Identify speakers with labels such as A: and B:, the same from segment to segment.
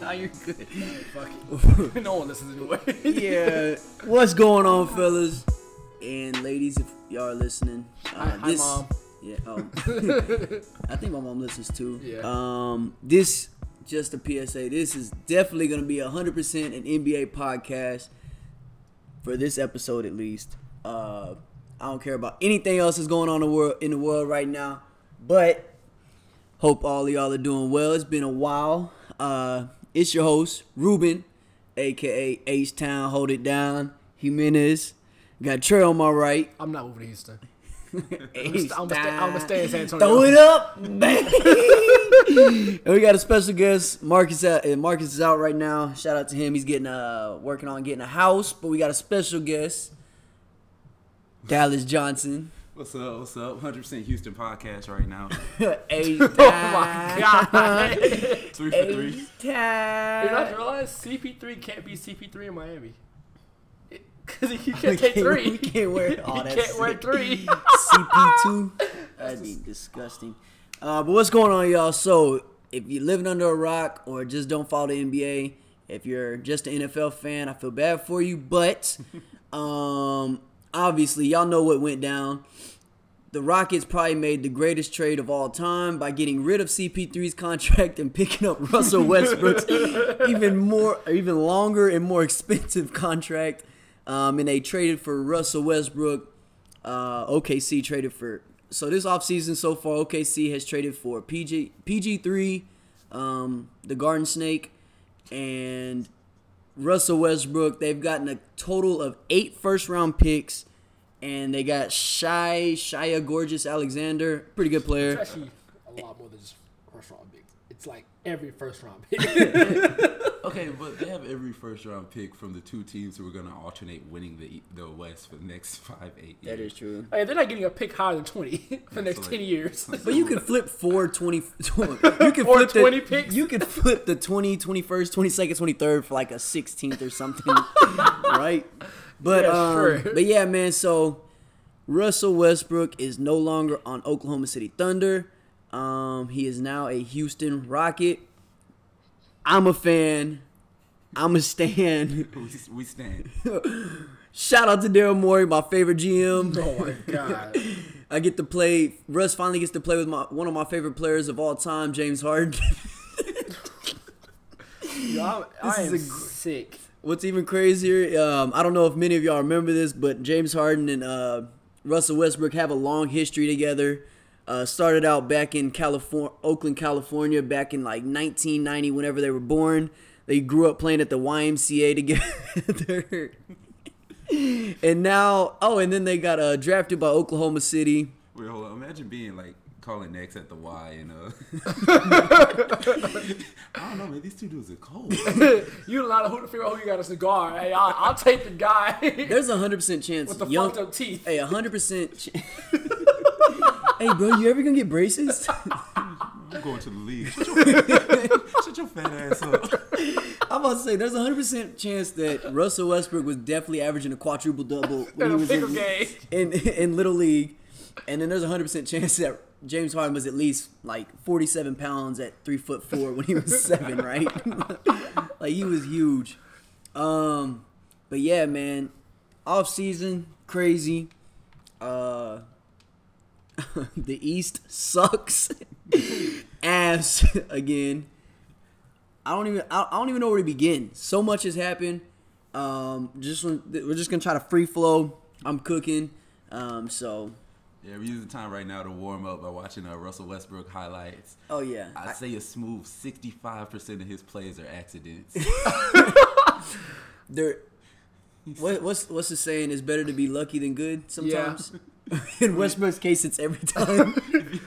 A: nah, you're good.
B: Fuck
A: it. no one listens anyway.
B: yeah. What's going on, fellas and ladies? If y'all are listening, uh,
A: Hi- hi, Mom.
B: Yeah. Um, I think my mom listens too.
A: Yeah.
B: Um, this just a PSA. This is definitely gonna be hundred percent an NBA podcast for this episode at least. Uh, I don't care about anything else that's going on in the world in the world right now, but hope all of y'all are doing well. It's been a while. Uh, it's your host Ruben, aka H Town. Hold it down, Jimenez. Got Trey on my right.
A: I'm not moving to Houston.
B: H
A: I'm gonna stay- I'm gonna stay in San Antonio.
B: Throw it up, baby. and we got a special guest, Marcus. Out, and Marcus is out right now. Shout out to him. He's getting uh working on getting a house, but we got a special guest, Dallas Johnson.
C: What's up? What's up? 100% Houston podcast right now.
B: H
A: Oh God. Did
C: Three for three.
A: you not realize CP3 can't be CP3 in Miami? Because he can't take three.
B: We can't wear all
A: he
B: that.
A: can't wear three.
B: CP2. That'd be disgusting. Uh, but what's going on, y'all? So, if you're living under a rock or just don't follow the NBA, if you're just an NFL fan, I feel bad for you. But um, obviously, y'all know what went down. The Rockets probably made the greatest trade of all time by getting rid of CP3's contract and picking up Russell Westbrook's even more, even longer and more expensive contract. Um, and they traded for Russell Westbrook. Uh, OKC traded for so this offseason so far. OKC has traded for PG PG three, um, the Garden Snake, and Russell Westbrook. They've gotten a total of eight first round picks, and they got Shy Shia Gorgeous Alexander, pretty good
A: It's
B: player.
A: actually a lot more than just first round pick. It's like every first round pick.
C: Okay, but they have every first round pick from the two teams who are going to alternate winning the E, the West for the next five, eight years.
B: That is true.
A: Hey, they're not getting a pick higher than 20 for the next
C: like-
A: 10 years.
C: Like,
B: But you can flip four 20, you can
A: Or
B: flip the-
A: 20 picks?
B: You can flip the 20, 21st, 22nd, 23rd for like a 16th or something, right? But
A: Yeah,
B: um,
A: sure.
B: but yeah, man. So Russell Westbrook is no longer on Oklahoma City Thunder. Um, he is now a Houston Rocket. I'm a fan. I'm a stan.
C: we, we stand.
B: Shout out to Daryl Morey, my favorite GM.
A: oh my God.
B: I get to play. Russ finally gets to play with my one of my favorite players of all time, James Harden.
A: Yo, I'm, I
B: This
A: am
B: is a
A: sick.
B: What's even crazier, um, I don't know if many of y'all remember this, but James Harden and uh, Russell Westbrook have a long history together. Uh, started out back in California, Oakland, California, back in like 1990, whenever they were born. They grew up playing at the YMCA together. and now, oh, and then they got uh, drafted by Oklahoma City.
C: Wait, hold on. Imagine being like calling next at the Y and uh. I don't know, man. These two dudes are cold.
A: you allowed a hoot to figure out who you got a cigar. Hey, I, I'll take the guy with
B: There's a 100% chance.
A: the
B: young-
A: fucked up teeth.
B: Hey, a hundred percent. ch- Hey, bro, you ever gonna get braces?
C: I'm going to the league. Shut your, shut your fat ass up.
B: I'm about to say there's a hundred percent chance that Russell Westbrook was definitely averaging a quadruple double
A: And
B: when he
A: a
B: was
A: pickle
B: in,
A: game.
B: in in little league, and then there's a hundred percent chance that James Harden was at least like 47 pounds at three foot four when he was seven, right? like he was huge. Um, but yeah, man, off season crazy. Uh, the East sucks ass again. I don't even I, I don't even know where to begin. So much has happened. Um, just when- we're just gonna try to free flow. I'm cooking. Um, so
C: Yeah, we use the time right now to warm up by watching uh, Russell Westbrook highlights.
B: oh yeah,
C: I say a smooth 65% of his plays are accidents.
B: there. What, what's what's the saying? It's better to be lucky than good sometimes. In Westbrook's case, it's every time.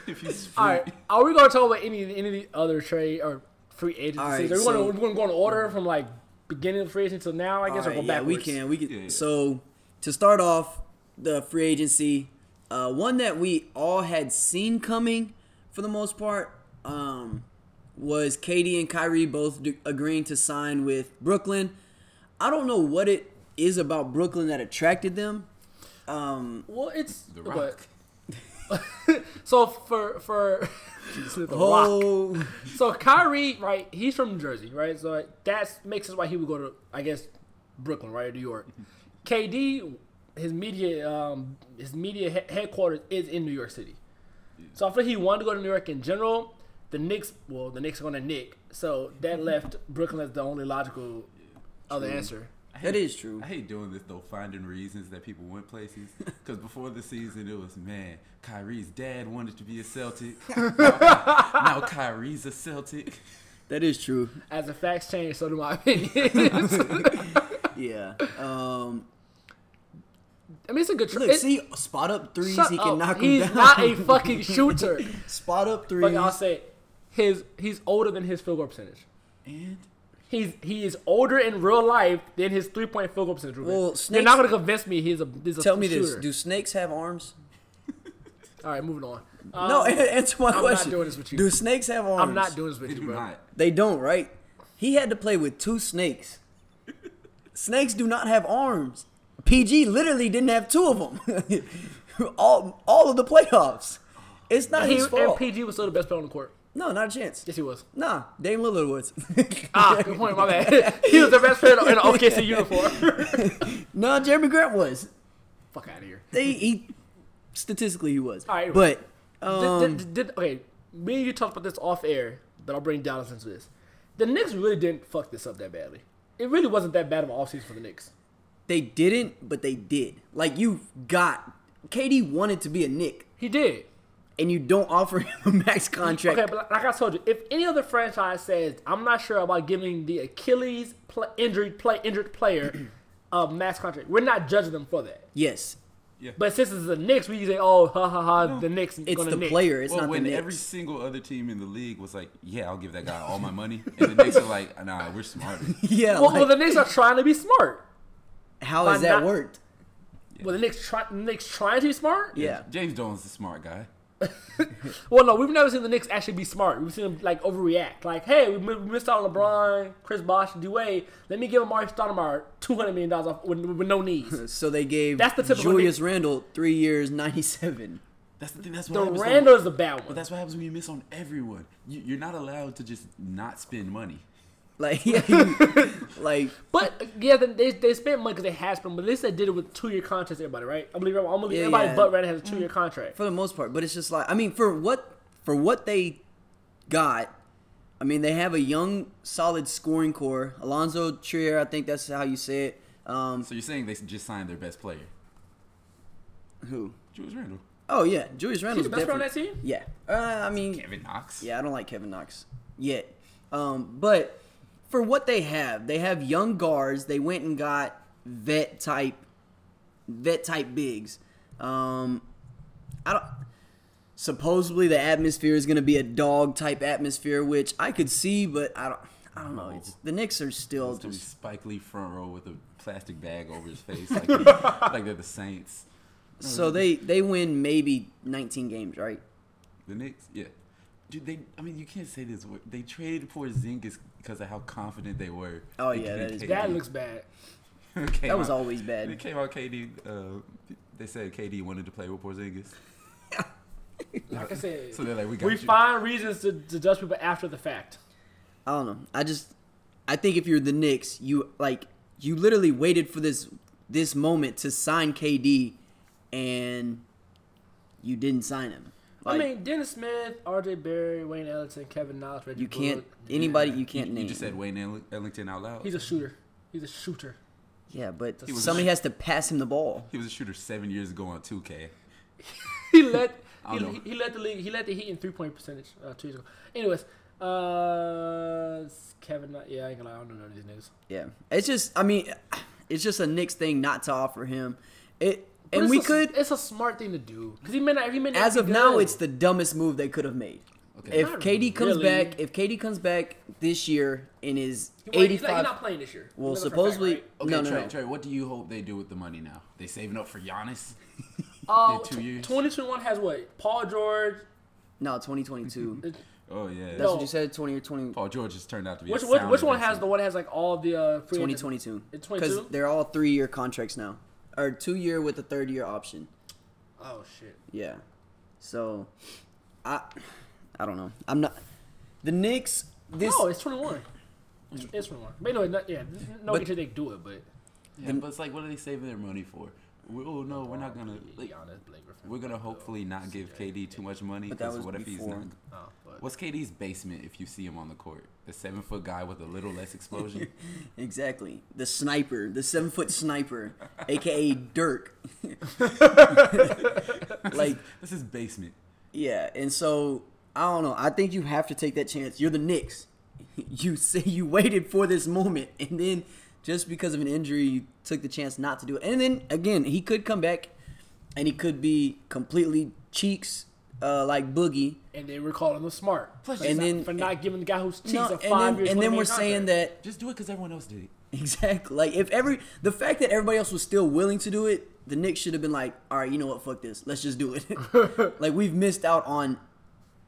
C: if he's free.
A: All right, are we gonna talk about any any of the other trade or free agencies?
B: All right,
A: are we
B: so-
A: gonna we're gonna go in order from like beginning of free agency till now? I guess or
B: All
A: go
B: right, yeah, we
A: backwards.
B: can. We can.
C: Yeah, yeah.
B: So to start off the free agency, uh, one that we all had seen coming for the most part um, was Katie and Kyrie both d- agreeing to sign with Brooklyn. I don't know what it is about Brooklyn that attracted them. Um,
A: Well, it's
C: The
A: but-
C: Rock.
A: so for for Just live the rock.
B: Oh,
A: So Kyrie, right? He's from Jersey, right? So like, that's makes sense why he would go to, I guess, Brooklyn, right, or New York.
B: Mm-hmm.
A: KD, his media, um, his media he- headquarters is in New York City. So I feel he wanted to go to New York in general. The Knicks, well, the Knicks are going to Nick, so
B: Mm-hmm.
A: that left Brooklyn as the only logical other answer.
B: that is true.
C: I hate doing this though, finding reasons that people went places. Because before the season, it was man, Kyrie's dad wanted to be a Celtic. now, now Kyrie's a Celtic.
B: That is true.
A: As the facts change, so do my opinions.
B: Yeah. Um,
A: I mean, it's a good trade.
B: look, see, spot up threes.
A: shut
B: he
A: up.
B: can knock 'em
A: He's
B: down.
A: not a fucking shooter.
B: spot up
A: Fuck,
B: threes.
A: I'll say it. his he's older than his field goal percentage.
C: And
A: He's he is older in real life than his three point field goal percentage. Ruben.
B: Well,
A: You're
B: snakes-
A: not gonna convince me he's a he's a
B: Tell me
A: shooter.
B: this: Do snakes have arms?
A: All right, moving on.
B: no,
A: Um,
B: answer my
A: not
B: question.
A: doing this with you.
B: Do snakes have arms?
A: I'm not doing this with
C: they
A: you,
C: do
A: bro.
C: not.
B: They don't, right? He had to play with two snakes. snakes do not have arms. PG literally didn't have two of them. all, all of the playoffs. It's not
A: He,
B: his
A: and
B: fault.
A: PG was still the best player on the court.
B: no, not a chance.
A: Yes, he was.
B: Nah, Dame Lillard was.
A: Ah, good point. My bad. he was the best player in an OKC uniform.
B: no, Jeremy Grant was.
A: Fuck out of here.
B: They he statistically he was.
A: All right,
B: but
A: Did-
B: um,
A: did, did, okay, me and you talked about this off air, but I'll bring Dallas into this. The Knicks really didn't fuck this up that badly. It really wasn't that bad of an offseason for the Knicks.
B: they didn't, but they did. Like you got KD wanted to be a Nick,
A: He did.
B: and you don't offer him a max contract.
A: Okay, but like I told you, if any other franchise says I'm not sure about giving the Achilles pl- injured play injured player a max contract, we're not judging them for that.
B: yes,
A: But since it's the Knicks, we say, oh, ha ha ha, the Knicks
B: it's
A: gonna
B: the
A: Knicks.
B: player. It's
C: well,
B: not the
C: when
B: Knicks.
C: every single other team in the league was like, "Yeah, I'll give that guy all my money," and the Knicks are like, "Nah, we're smarter."
B: yeah,
A: Well, well,
B: like,
A: the Knicks are trying to be smart.
B: how has
A: by
B: that
A: not-
B: worked?
A: Well, the Knicks try, the Knicks trying to be smart.
B: Yeah,
C: James Dolan's a smart guy.
A: Well, no, we've never seen the Knicks actually be smart. We've seen them like overreact. Like, hey, we mi- we missed out on LeBron, Chris Bosh, Dwayne. Let me give Amari Stoudemire two hundred million dollars off with, with no knees.
B: so they gave
A: That's the typical
B: Julius Randle three years, ninety-seven.
C: That's the thing. That's what
A: The
C: happens to-
A: Randall is a bad
C: But
A: one.
C: that's what happens when you miss on everyone. You, you're not allowed to just not spend money.
B: Like yeah, you- like
A: But yeah, then they, they spent money because they had spent, but at least they did it with two year contracts. Everybody, right? I believe I'm gonna
B: Yeah,
A: everybody
B: yeah. Mm.
A: but Randall has a two year contract.
B: for the most part. But it's just like I mean, for what for what they got, I mean they have a young, solid scoring core. Alonzo Trier, I think that's how you say it. Um,
C: So you're saying they just signed their best player,
B: who?
C: Julius Randle,
B: Oh yeah, Julius Randle's
A: He's the best player on that
B: definitely-
A: team.
B: Yeah, uh, I mean,
C: Kevin Knox.
B: yeah, I don't like Kevin Knox yet. Um, but for what they have, they have young guards. They went and got vet type, vet type bigs. Um, I don't. Supposedly the atmosphere is going to be a dog type atmosphere, which I could see, but I don't. I don't know. It's, the Knicks are still
C: It's gonna be
B: just
C: Spike Lee front row with a plastic bag over his face, like, they're- like they're the Saints.
B: so they they win maybe 19 games, right?
C: The Knicks, yeah. Dude, they. I mean, you can't say this. word. They traded for Zingas because of how confident they were.
B: Oh,
C: in
B: yeah, that is
C: KD.
A: That looks bad.
C: Came
B: That was
C: out-
B: always
C: They
B: bad.
C: came out KD. Uh, they said KD wanted to play with Porzingis.
A: Like I said,
C: So they're like, we got
A: we
C: you.
A: find reasons to, to judge people after the fact.
B: I don't know. I just I think if you're the Knicks, you like you literally waited for this this moment to sign KD and you didn't sign him. Like,
A: I mean, Dennis Smith, R.J. Barry, Wayne Ellington, Kevin Knox, Reggie
B: you can't
A: Bullock.
B: anybody you can't
C: you,
B: name.
C: you just said Wayne Ell- Ellington out loud.
A: He's a shooter. He's a shooter.
B: yeah, but
A: He
C: was-
B: somebody has to pass him the ball.
C: he was a shooter seven years ago on 2K.
A: He led.
C: I
A: he,
C: don't know.
A: he led the league. He led the Heat in three point percentage uh, two years ago. Anyways, uh, Kevin. Knox- Yeah, I ain't gonna lie. I don't know none of these niggas.
B: Yeah. It's just I mean it's just a Knicks thing not to offer him. It
A: But
B: and
A: it's
B: we
A: a-
B: could
A: It's a smart thing to do because he may not. He may not
B: as
A: be
B: of now
A: good.
B: it's the dumbest move they could have made.
C: Okay.
B: If
A: Not
B: KD comes
A: really.
B: back, if KD comes back this year and is
A: He- well, he's,
B: 85
A: like, he's not playing this year.
B: Well,
A: We know that for a
B: supposedly-
A: fact,
C: Okay,
B: No, no,
C: Trey,
B: no.
C: Trey, what do you hope they do with the money now? They saving up for Giannis?
A: right?
C: Yeah,
A: uh,
C: two
A: tw-
C: years.
A: 2021 has what? Paul George. uh,
B: No, 2022. That's
C: Oh yeah.
A: Mm-hmm. No.
B: what you said, 20 or 20,
C: Paul George has turned out to be.
A: Which
C: a
A: which,
C: sound
A: which one
C: investment.
A: has the one that has like all the uh, free agents?
B: 2022.
A: It's
B: Because
A: 22?
B: they're all three year contracts now, or two year with a third year option.
A: Oh shit.
B: Yeah. So, I I don't know. I'm not. The Knicks. This
A: no, it's 21. It's,
C: Mm.
A: it's 21. But anyway, not, yeah, no
B: But-
A: but, they do it, but
C: Yeah, but it's like, what are they saving their money for? We, oh no, we're not gonna. Like,
A: Giannis, Blake Griffin.
C: we're gonna hopefully not give KD too much money
B: But that
C: because
B: was
C: what if he's
B: before.
C: not?
A: No, Oh, but
C: What's KD's basement if you see him on the court? The seven foot guy with a little less explosion.
B: exactly the sniper, the seven foot sniper, aka Dirk. like
C: this is basement.
B: yeah, and so I don't know. I think you have to take that chance. You're the Knicks. You say you waited for this moment, and then just because of an injury, you took the chance not to do it. And then again, he could come back, and he could be completely cheeks uh, like Boogie.
A: and they were calling him smart.
C: Plus,
A: and
B: and
A: then
B: then-
A: for not giving the guy who's cheats
B: No,
A: a
B: and
A: five
B: then,
A: year
B: and
A: 20
B: then we're
A: contract.
B: saying that
C: Just do it because everyone else did it.
B: Exactly. Like if every the fact that everybody else was still willing to do it, the Knicks should have been like, all right, you know what, fuck this, let's just do it. like we've missed out on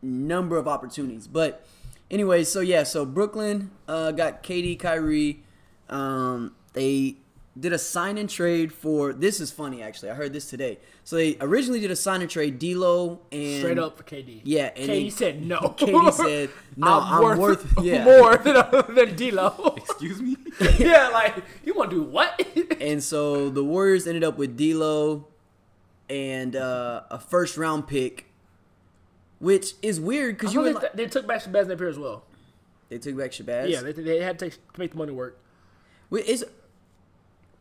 B: number of opportunities, but anyway, so yeah, so Brooklyn uh, got KD, Kyrie. Um, they did a sign and trade for. This is funny actually. I heard this today. So they originally did a sign and trade D'Lo and
A: straight up for KD.
B: Yeah, and
A: KD
B: he-
A: said no.
B: KD said, "No, I'm worth- yeah."
A: more than than D'Lo."
C: Excuse me.
A: yeah, like you want to do what?
B: And so the Warriors ended up with D'Lo and uh, a first round pick, which is weird because you
A: you
B: would like,
A: they took back Shabazz Napier as well.
B: they took back Shabazz.
A: Yeah, they, they had to, take, to make the money work.
B: Wait, is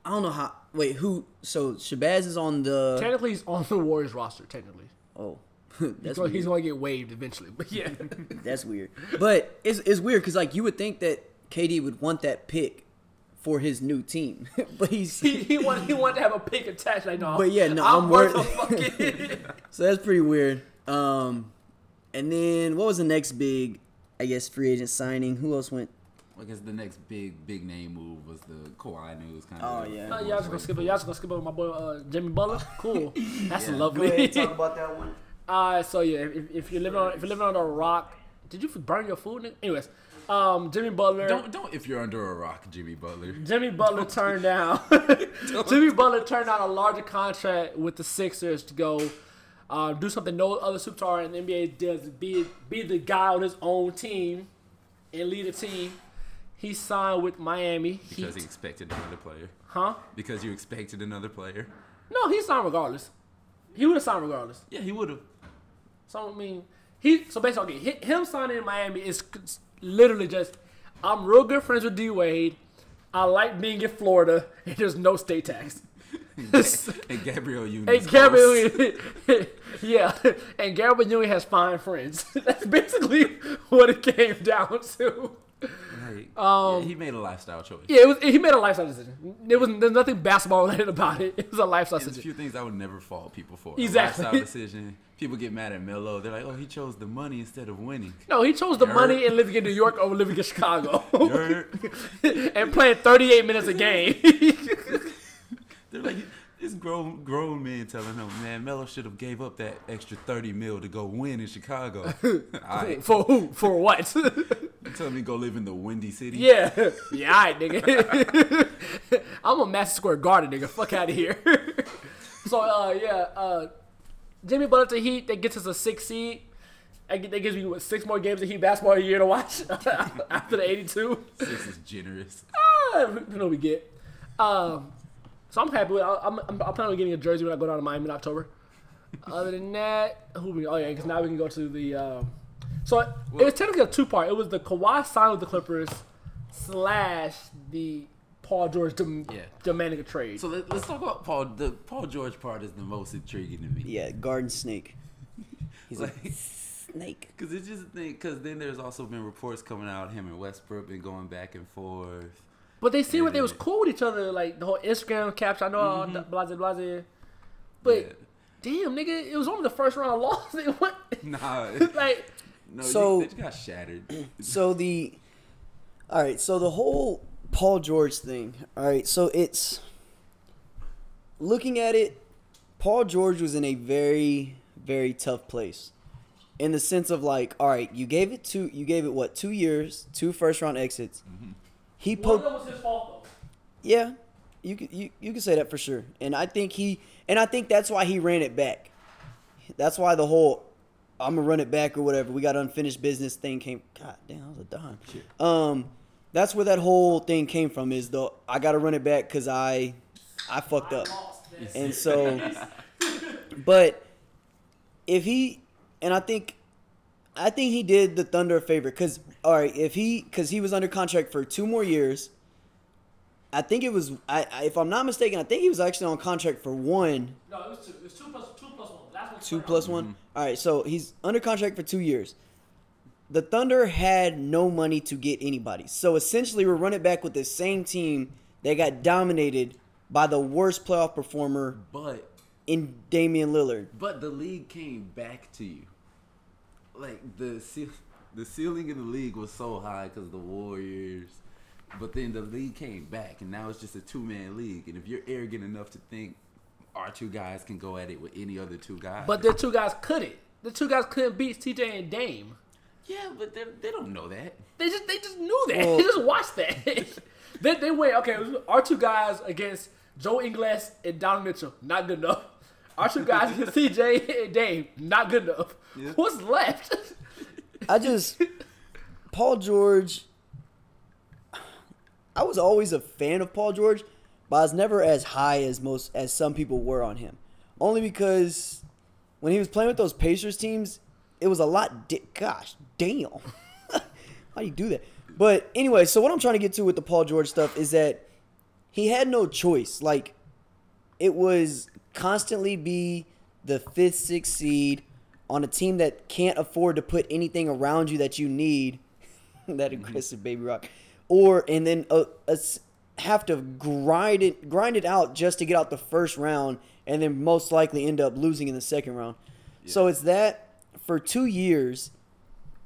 B: I don't know how. Wait, who? So Shabazz is on the
A: Technically, he's on the Warriors roster. Technically,
B: oh,
A: he's
B: that's
A: going, he's
B: weird.
A: going to get waived eventually. But yeah,
B: that's weird. But it's it's weird because like you would think that KD would want that pick for his new team, but he's
A: he, he wanted he wanted to have a pick attached. Like no,
B: But yeah, no,
A: I'm,
B: I'm
A: worth a
B: worth-
A: fucking.
B: So that's pretty weird. Um, and then what was the next big, I guess, free agent signing? Who else went?
C: I guess the next big big name move was the Kawhi news kind
B: Oh,
C: of.
B: yeah.
A: Uh, y'all just gonna skip it. Y'all just gonna skip over my boy uh, Jimmy Butler. Cool, that's lovely.
B: about that one.
A: Uh, so yeah, if, if you're living on if you're living on a rock, did you burn your food? nigga? Anyways, um, Jimmy Butler.
C: Don't don't if you're under a rock, Jimmy Butler.
A: Jimmy Butler turned down. Jimmy Butler turned down a larger contract with the Sixers to go uh, do something no other superstar in the NBA does. Be be the guy on his own team and lead a team. He signed with Miami
C: Because he
A: Heat.
C: expected another player.
A: Huh?
C: Because you expected another player.
A: No, he signed regardless. He would have signed regardless.
C: Yeah, he would have.
A: So I mean, he so basically okay, hi- him signing in Miami is c- literally just I'm real good friends with D Wade. I like being in Florida, and there's no state tax.
C: And Gabriel Union.
A: and Gabriel, yeah, and Gabriel Union has fine friends. That's basically what it came down to.
C: um, he made a lifestyle choice.
A: Yeah, it was, he made a lifestyle decision. It was there's nothing basketball related about it. It was a lifestyle
C: There's a
A: decision.
C: few things I would never fault people for.
A: Exactly.
C: A lifestyle decision. People get mad at Melo. They're like, oh, he chose the money instead of winning.
A: No, he chose the
C: Nerd.
A: money and living in New York over living in Chicago
C: You're-
A: and playing 38 minutes a game.
C: They're like, this grown grown man telling them, man, Melo should have gave up that extra thirty mil to go win in Chicago. I
A: For who? For what?
C: telling me to go live in the windy city.
A: yeah. Yeah, all right, nigga. I'm a Master Square Garden, nigga. Fuck out of here. so, uh, yeah. Uh, Jimmy Butler to Heat, that gets us a six seed. I get- That gives me what, six more games of Heat basketball a year to watch after the 82.
C: This is generous.
A: Uh, you know we get. Um, so I'm happy with. I, I'm, I'm, I'm planning on getting a jersey when I go down to Miami in October. Other than that, who we? Oh yeah, because now we can go to the. Um, so it was technically a two part. It was the Kawhi sign with the Clippers, slash the Paul George dem-
C: Yeah.
A: demanding a trade.
C: So let, let's talk about Paul. The Paul George part is the most intriguing to me.
B: Yeah, garden snake. He's like
C: Like,
B: snake.
C: Cause it's just a thing. Cause then there's also been reports coming out him and Westbrook been going back and forth.
A: but they seemed like they was
C: Yeah. Mm-hmm.
A: cool with each other. Like the whole Instagram caption. I know all the blase blase. But
C: Yeah.
A: damn, nigga, it was only the first round loss. Like, what?
C: Nah,
A: like
C: no,
B: So-
C: so, they got shattered.
B: So the all right, so the whole Paul George thing. All right, so it's looking at it, Paul George was in a very very tough place. In the sense of like, all right, you gave it two you gave it what? 2 years, two first round exits. He
A: one of
B: poked
A: them was his fault though.
B: Yeah, you could you, you could say that for sure. And I think he and I think that's why he ran it back. That's why the whole I'm gonna run it back or whatever. We got unfinished business thing came. God damn, I was a dime. Um, that's where that whole thing came from. Is the I gotta run it back because I, I fucked up, and so, but if he and I think, I think he did the Thunder a favor because all right, if he because he was under contract for two more years. I think it was, I, I, if I'm not mistaken, I think he was actually on contract for one
D: No, it was two. It was two plus two plus one. Last one.
B: two plus one. All right, so he's under contract for two years. The Thunder had no money to get anybody, so essentially we're running back with the same team that got dominated by the worst playoff performer
C: But
B: in Damian Lillard.
C: but the league came back to you. Like the ceil- the ceiling of the league was so high because the Warriors, but then the league came back, and now it's just a two man league. And if you're arrogant enough to think our two guys can go at it with any other two guys,
A: But the two guys couldn't. The two guys couldn't beat CJ and Dame.
C: yeah, but they they don't know that.
A: They just they just knew that.
B: Well-
A: they just watched that. they they went okay. Our two guys against Joe Ingles and Don Mitchell not good enough. Our two guys against CJ and Dame not good enough.
C: Yeah.
A: What's left?
B: I just Paul George. I was always a fan of Paul George, but I was never as high as most as some people were on him. Only because when he was playing with those Pacers teams, it was a lot. Di- Gosh, damn! How do you do that? But anyway, so what I'm trying to get to with the Paul George stuff is that he had no choice. Like it was constantly be the fifth, sixth seed on a team that can't afford to put anything around you that you need. that aggressive baby rock, or and then uh, uh, s- have to grind it, grind it out just to get out the first round, and then most likely end up losing in the second round. So it's that for two years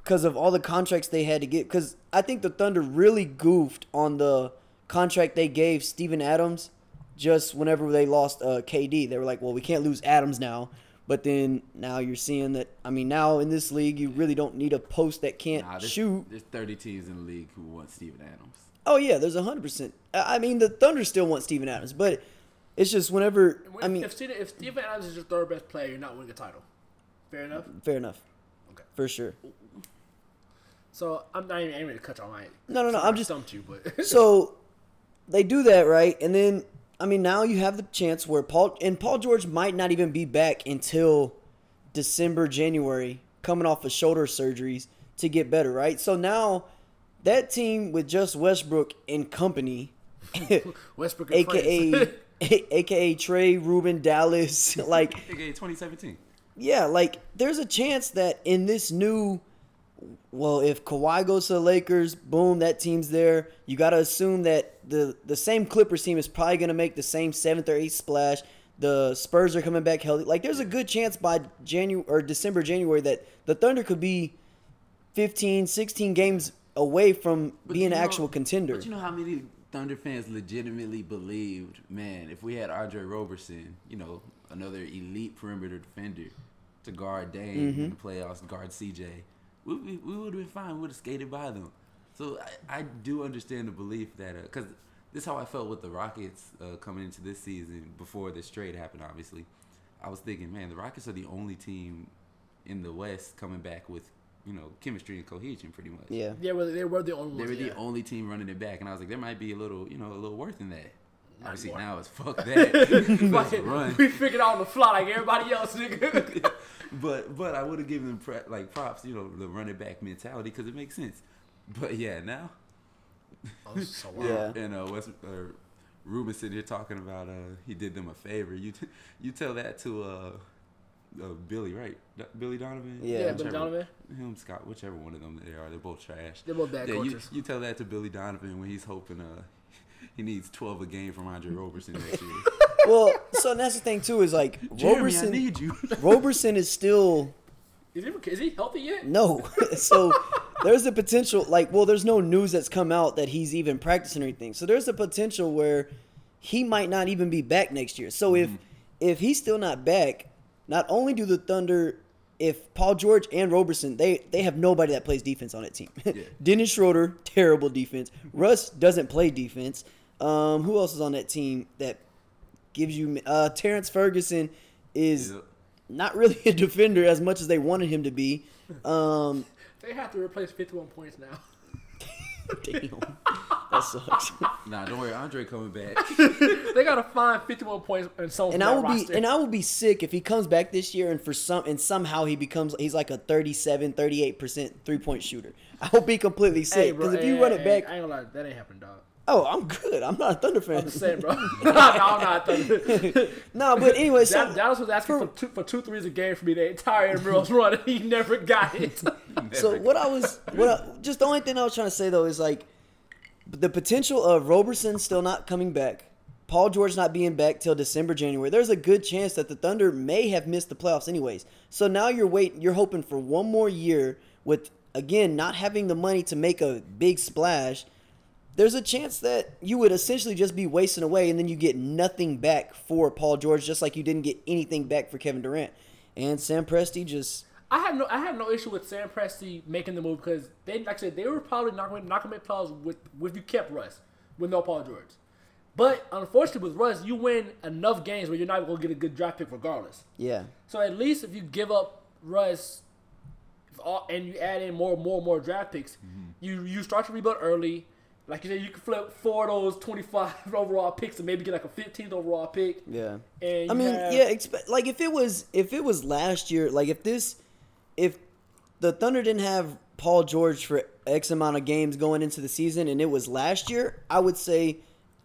B: because of all the contracts they had to get. Because I think the Thunder really goofed on the contract they gave Steven Adams just whenever they lost uh, KD. They were like, well, we can't lose Adams now. But then now you're seeing that, I mean, now in this league, you really don't need a post that can't
C: Nah, there's,
B: shoot.
C: There's 30 teams in the league who want Steven Adams.
B: Oh, yeah, there's 100%. I I mean, the Thunder still want Steven Adams, but it's just whenever, I mean,
A: if Steven, if Steven Adams is your third best player, you're not winning a title. Fair enough.
B: fair enough.
A: Okay.
B: For sure.
A: So I'm not even aiming to cut y'all line.
B: No, no, no, I'm
A: I
B: just-
A: stumped you, but
B: so they do that right and then i mean now you have the chance where paul and paul george might not even be back until december january coming off of shoulder surgeries to get better right so now that team with just westbrook and company
A: Westbrook, and
B: aka
A: friends.
B: aka trey ruben dallas like
C: AKA 2017.
B: yeah, like there's a chance that in this new, well, if Kawhi goes to the Lakers, boom, that team's there. You got to assume that the the same Clippers team is probably going to make the same seventh or eighth splash. The Spurs are coming back healthy. Like there's a good chance by January or December, January that the Thunder could be 15, 16 games away from
C: But
B: being an
C: you know-
B: actual contender.
C: But you know how many Thunder fans legitimately believed, man, if we had Andre Roberson, you know, another elite perimeter defender to guard Dame
B: Mm-hmm.
C: in the playoffs, guard CJ, we, we, we would have been fine. We would have skated by them. So I, I do understand the belief that, because this is how I felt with the Rockets uh, coming into this season before this trade happened, obviously. I was thinking, man, the Rockets are the only team in the West coming back with, you know, chemistry and cohesion pretty much.
B: yeah.
A: they were they were the only
C: They
A: ones.
C: were
A: yeah.
C: the only team running it back, and I was like, there might be a little, you know, a little worth in that. Obviously
A: more.
C: now it's fuck that. Let's run.
A: we figured out on the fly like everybody else, nigga.
C: But but I would have given them pre- like props, you know, the running back mentality because it makes sense. But yeah, now
A: Oh, so wild.
B: Yeah.
C: and uh, West uh, Ruben sitting here talking about uh, he did them a favor. You t- you tell that to uh, uh Billy, right? Do- Billy Donovan.
B: Yeah.
A: Yeah,
B: Yeah,
A: Billy
C: Whichever-
A: Donovan.
C: Him Scott, whichever one of them they are, they're both trash.
A: They're both bad
C: Yeah, you,
A: coaches.
C: you tell that to Billy Donovan when he's hoping uh he needs twelve a game from Andre Roberson next year.
B: Well, so and that's the thing too is like
C: Jeremy, I
B: Roberson.
C: need you.
B: Roberson is still
A: Is he is he healthy yet?
B: No. so there's the potential, like, well, there's no news that's come out that he's even practicing or anything. So there's the potential where he might not even be back next year. So if if he's still not back, not only do the Thunder, if Paul George and Roberson, they they have nobody that plays defense on that team. Dennis Schroeder, terrible defense. Russ doesn't play defense. Um, who else is on that team that gives you uh, Terrence Ferguson is
C: Yeah.
B: not really a defender as much as they wanted him to be. Um,
A: They have to replace 51 points now.
B: damn, that sucks.
C: Nah, don't worry, Andre coming back.
A: they gotta find 51 points and so
B: And I would be and I would be sick if he comes back this year and for some and somehow he becomes he's like a 37, 38 percent three point shooter. I would be completely sick because if you run it back,
A: I ain't gonna lie, that ain't happened, dog.
B: oh, I'm good. I'm not a Thunder fan.
A: I'm just saying, bro. no, I'm not. That,
B: no, but anyway, so
A: Dallas was asking for two, for two threes a game for me the entire Emeralds run, and he never got it.
B: so what I was, what I, just the only thing I was trying to say though is like the potential of Roberson still not coming back, Paul George not being back till December January. There's a good chance that the Thunder may have missed the playoffs anyways. So now you're waiting, you're hoping for one more year with again not having the money to make a big splash. There's a chance that you would essentially just be wasting away, and then you get nothing back for Paul George, just like you didn't get anything back for Kevin Durant. And Sam Presti just
A: I have no I have no issue with Sam Presti making the move because they like I said they were probably not going not gonna make playoffs with with you kept Russ with no Paul George, but unfortunately with Russ you win enough games where you're not gonna get a good draft pick regardless.
B: yeah.
A: So at least if you give up Russ, if all- and you add in more, more, more draft picks, you you start to rebuild early. Like you said, you can flip four of those twenty-five overall picks and maybe get like a fifteenth overall pick.
B: Yeah.
A: And you
B: I mean,
A: have-
B: yeah, expe- like if it was if it was last year, like if this if the Thunder didn't have Paul George for X amount of games going into the season and it was last year, I would say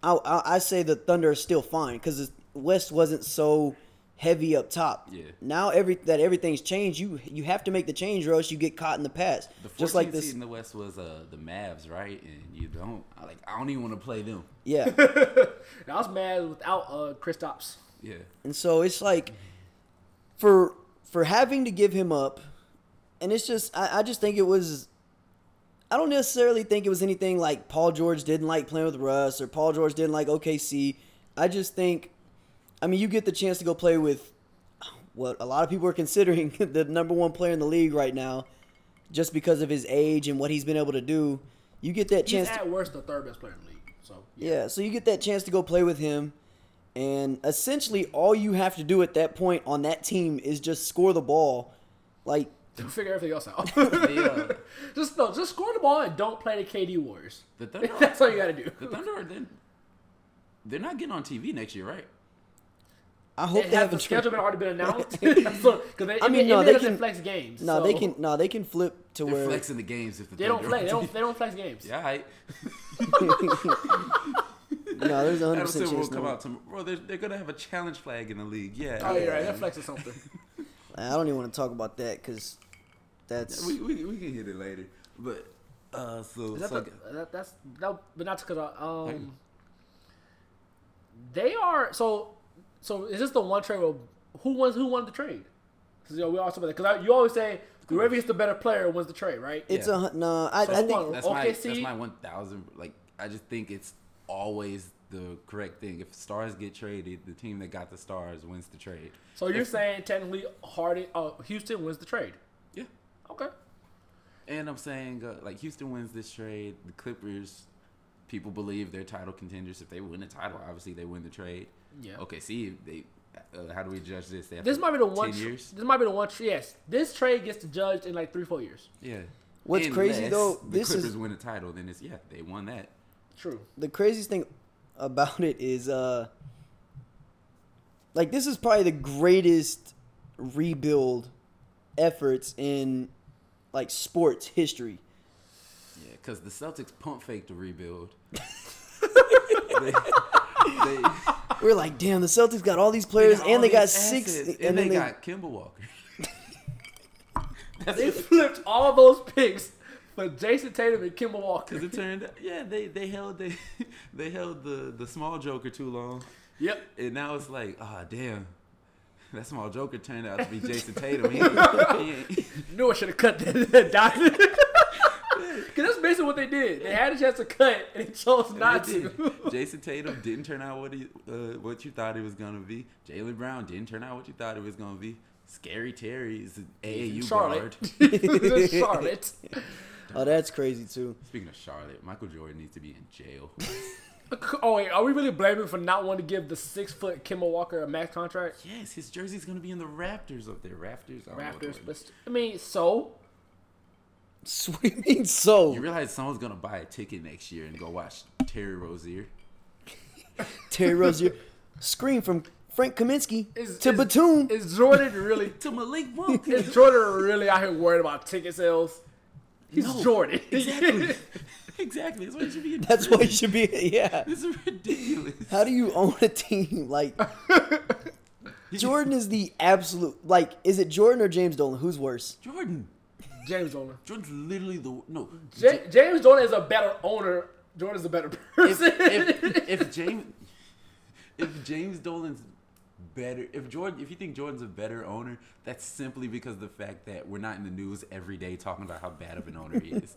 B: I I, I say the Thunder are still fine cuz West wasn't so heavy up top.
C: Yeah.
B: Now every that everything's changed, you you have to make the change or else you get caught in the past.
C: The 14th
B: Just like this.
C: seed in the West was uh, the Mavs, right? And you don't. I like. I don't even want to play them.
B: yeah.
A: And I was mad without uh, Kristaps.
C: Yeah.
B: And so it's like for for having to give him up, and it's just I, I just think it was I don't necessarily think it was anything like Paul George didn't like playing with Russ or Paul George didn't like OKC. I just think I mean you get the chance to go play with what a lot of people are considering the number one player in the league right now, just because of his age and what he's been able to do. You get that
A: He's
B: chance to
A: at worst the third best player in the league. So
B: yeah, so you get that chance to go play with him. And essentially, all you have to do at that point on that team is just score the ball. Like,
A: figure everything else out.
C: They, uh,
A: just no, just score the ball and don't play the KD Warriors.
C: the Thunder.
A: That's all you gotta do.
C: The Thunder are then. They're not getting on TV next year, right?
B: I hope
A: It
B: they
A: has
B: have a
A: the
B: tra-
A: schedule been already been announced. Because they, I mean, no, they can flex games.
B: No,
A: so
B: they can. No, they can flip to
C: They're
B: where.
C: flexing the games if the
A: They
C: Thunder
A: don't play. They
C: are on
A: don't. They don't flex games.
C: TV. Yeah, I,
B: No, there's a
C: I
B: hundred
C: don't say
B: percent
C: will
B: chance.
C: come
B: No.
C: out tomorrow. Bro, they're, they're gonna have a challenge flag in the league. Yeah.
A: Oh, you're right. That flex is something.
B: I don't even want to talk about that because that's
C: We, we, we can hit it later, but uh, so,
A: Is that
C: so
A: the- that- that's that, but not because um, they are so. So is this the one trade where who wins? Who won the trade? Because you know, we all talk about that. Because you always say whoever gets the better player wins the trade, right?
B: it's
C: yeah.
B: a hun- no. I,
A: So
B: I think
A: hold on.
C: that's my that's
A: OKC?
C: my one thousand. Like I just think it's always the correct thing. If stars get traded, the team that got the stars wins the trade.
A: so you're saying technically Harden, uh, Houston wins the trade.
C: Yeah,
A: Okay.
C: and I'm saying uh, like Houston wins this trade. The Clippers, people believe they're title contenders. If they win the title, obviously they win the trade.
A: Yeah.
C: Okay. See, they. Uh, how do we judge this? They have
A: This
C: to-
A: might be the one.
C: 10
A: tr-
C: years.
A: This might be the one. tr- Yes, this trade gets judged in like three, four years.
C: Yeah.
B: What's crazy, though,
C: The
B: this
C: Clippers
B: is-
C: win a title, then it's yeah they won that.
A: True.
B: the craziest thing about it is uh like this is probably the greatest rebuild efforts in like sports history.
C: Yeah, because the Celtics pump fake to rebuild. they, they,
B: We're like, damn, the Celtics got all these players and they got six
C: and,
B: and,
C: they,
B: then they,
C: got Kimball Walker. That's
A: They
C: it.
A: flipped all those picks for Jason Tatum and Kimball Walker.
C: Because it turned out, yeah, they, they held they they held the, the small Joker too long,
A: Yep.
C: and now it's like, ah, damn, that small Joker turned out to be Jason Tatum. He ain't- he ain't-
A: knew I should have cut that, that diamond. Because that's basically what they did. They had a chance to cut, and they chose not
C: They
A: to.
C: did. Jason Tatum didn't turn out what he uh, what you thought it was gonna be. Jalen Brown didn't turn out what you thought it was gonna be. Scary Terry is an AAU guard.
A: Charlotte. It's Charlotte.
B: Oh, that's crazy too.
C: Speaking of Charlotte, Michael Jordan needs to be in jail.
A: Oh wait, are we really blaming for not wanting to give the six foot Kimba Walker a max contract?
C: Yes, his jersey's gonna be in the Raptors up there. Raptors. I don't know what
A: Raptors,
C: the
A: but
C: word-
A: st- I mean, so
B: Sweet so.
C: You realize someone's gonna buy a ticket next year and go watch Terry Rozier.
B: Terry Rozier. Scream from Frank Kaminsky
A: Is-
B: to
A: is-
B: Batum.
A: is Jordan really?
C: To Malik Monk.
A: Is Jordan really out here worried about ticket sales? He's
C: No,
A: Jordan.
C: exactly. exactly. That's why you should be in
B: That's what it
C: prison.
B: should be. Yeah.
C: This is ridiculous.
B: How do you own a team? Like, Jordan is the absolute. Like, is it Jordan or James Dolan? Who's worse?
C: Jordan.
A: James Dolan.
C: Jordan's literally the no.
A: J- James Jordan is a better owner. Jordan's a better
C: if,
A: person.
C: if, if James if James Dolan's better if Jordan if you think Jordan's a better owner, that's simply because of the fact that we're not in the news every day talking about how bad of an owner he is.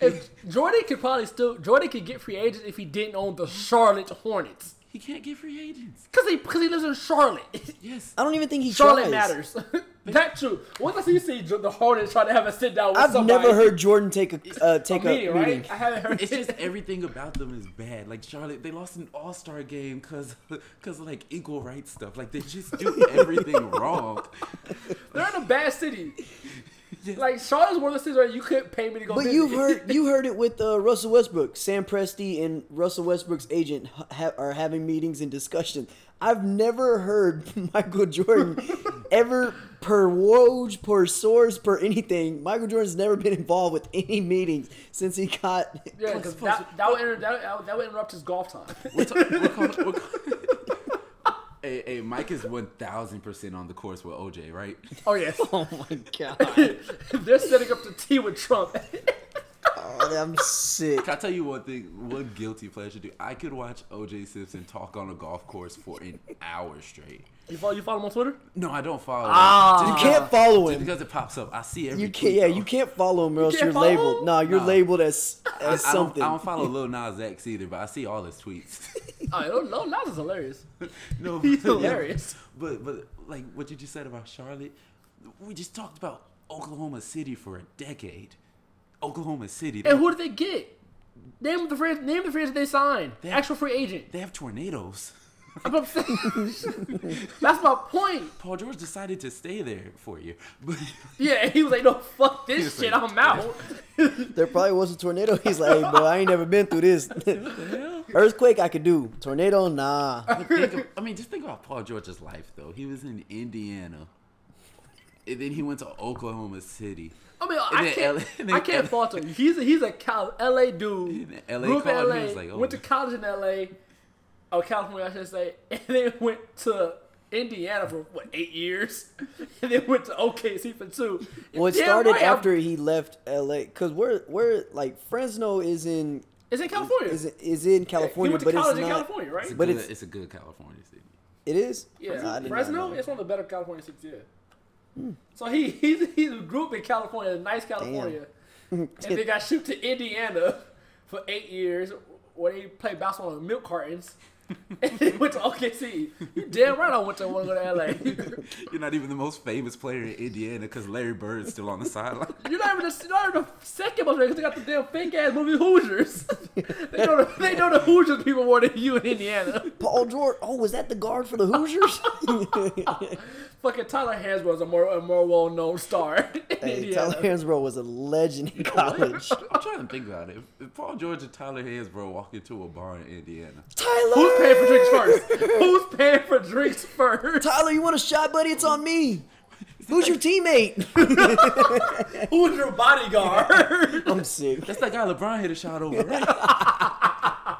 A: If Jordan could probably still Jordan could get free agents if he didn't own the Charlotte Hornets
C: he can't get free agents.
A: because he because he lives in Charlotte.
C: Yes.
B: I don't even think he
A: Charlotte
B: tries.
A: matters. That's true. Once I see you see Jo- the Hornets trying to have a sit down with
B: I've
A: somebody,
B: never heard Jordan take a uh,
A: a
B: take a,
A: meeting,
B: meeting.
A: right? I haven't heard.
C: It's just everything about them is bad. Like Charlotte, they lost an All Star game because because like equal rights stuff. Like they just do everything wrong.
A: they're in a bad city. Like Charlotte's one of the cities where you couldn't pay me to go.
B: But
A: visit.
B: you heard you heard it with uh, Russell Westbrook. Sam Presti and Russell Westbrook's agent ha- ha- are having meetings and discussions. I've never heard Michael Jordan ever per Woj, per source, per anything. Michael Jordan's never been involved with any meetings since he got.
A: Yeah, 'cause that, that, would inter- that, would- that would interrupt his golf time.
C: We're ta- we're calling- we're ca- Hey, hey, Mike is one thousand percent on the course with OJ, right?
A: Oh yes,
B: Oh my god!
A: they're setting up the tea with Trump.
B: Oh, I'm sick.
C: Can I tell you one thing? One guilty pleasure, dude. I could watch OJ Simpson talk on a golf course for an hour straight.
A: You follow you follow him on Twitter?
C: No, I don't follow.
B: You
C: Ah,
B: can't follow
C: just
B: him.
C: because it pops up. I see every.
B: You
C: tweet,
B: can't. Yeah,
C: though.
B: you can't follow him, or else
A: can't
B: you are
A: follow
B: labeled.
A: him?
B: Nah, you're
C: Nah.
B: labeled as as
C: I don't,
B: something.
C: I don't follow Lil Nas X either, but I see all his tweets.
A: Oh, no, Nas is hilarious.
C: No,
A: He's
C: but-
A: hilarious.
C: But but like what you just said about Charlotte, we just talked about Oklahoma City for a decade. Oklahoma City, they,
A: And who did they get? Name the friends. Name the friends they signed.
C: They-
A: Actual free agent.
C: they have tornadoes.
A: I'm upset. That's my point.
C: Paul George decided to stay there for you, but
A: Yeah, he was like, "No, fuck this
C: was
A: shit.
C: like,
A: I'm out."
B: There probably was a tornado. He's like, hey, bro, I ain't never been through this. Earthquake, I could do. Tornado, nah.
C: think of, I mean, just think about Paul George's life though. He was in Indiana, and then he went to Oklahoma City.
A: I mean,
C: And
A: I
C: then
A: can't,
C: LA and then
A: I can't
C: LA
A: fault him. He's a, he's a Cal, LA dude.
C: And then LA
A: grew up in
C: called him,
A: LA,
C: he was like, oh.
A: went to college in LA, oh California, I should say, and then went to Indiana for what eight years, and then went to OKC for two.
B: Well, it
A: Damn
B: started
A: right, I'm-
B: after he left LA, cause we're we're like Fresno is in
A: It's in California.
B: is is in
A: he
B: California,
A: went to
B: but
A: college
B: it's
A: in
B: not.
A: California,
C: It's a
A: right?
B: But
C: good-
B: it's-
C: it's, a good California city.
B: It is. Nah, I
A: Yeah,
B: did not
A: Fresno.
B: know.
A: It's one of the better California cities. Yeah.
B: Hmm.
A: So he he's he grew up in California, nice California, and then got shipped to Indiana for eight years, where they played basketball in milk cartons. and then went to OKC. You damn right I went to want to go to LA.
C: You're not even the most famous player in Indiana because Larry Bird's still on the sideline.
A: You're not even the, you're not even the second most because they got the damn fake ass movie Hoosiers. they know the, they know the Hoosiers people more than you in Indiana.
B: Paul George. Oh, was that the guard for the Hoosiers?
A: Fucking Tyler Hansbrough is a more a more well known star in
B: hey,
A: Indiana.
B: Tyler Hansbrough was a legend in college.
C: I'm trying to think about it. If Paul George and Tyler Hansbrough walk into a bar in Indiana,
B: Tyler.
A: Who's paying for drinks first? Who's paying for drinks first?
B: Tyler, you want a shot, buddy? It's on me. Who's your teammate?
A: Who's your bodyguard?
B: I'm sick.
C: that's that guy LeBron hit a shot over, right?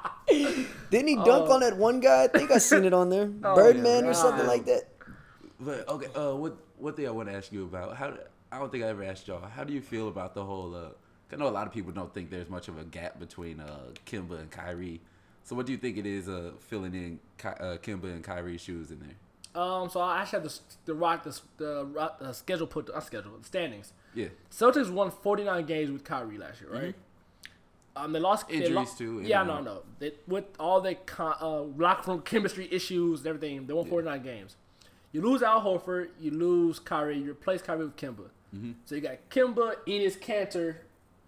B: Didn't he dunk on that one guy? I think I seen it on there. Birdman or something
A: God.
B: like that.
C: But okay, uh, what one thing I want to ask you about? How I don't think I ever asked y'all. How do you feel about the whole? Uh, I know a lot of people don't think there's much of a gap between uh, Kimba and Kyrie. So what do you think it is uh, filling in Ky- uh, Kimba and Kyrie's shoes in there?
A: um, so I actually have the the rock the the, rock, the schedule put not schedule the standings.
C: Yeah,
A: Celtics won 49 games with Kyrie last year, right? Um, they lost they
C: Mm-hmm. Injuries
A: lo-
C: too, in
A: Yeah,
C: and uh,
A: no,
C: out.
A: no. They, with all the con- uh, locker room chemistry issues and everything, they won 49 games. You lose Al Horford,
C: Mm-hmm.
A: you lose Kyrie, you replace Kyrie with Kimba. So you got Kimba, Enos Cantor,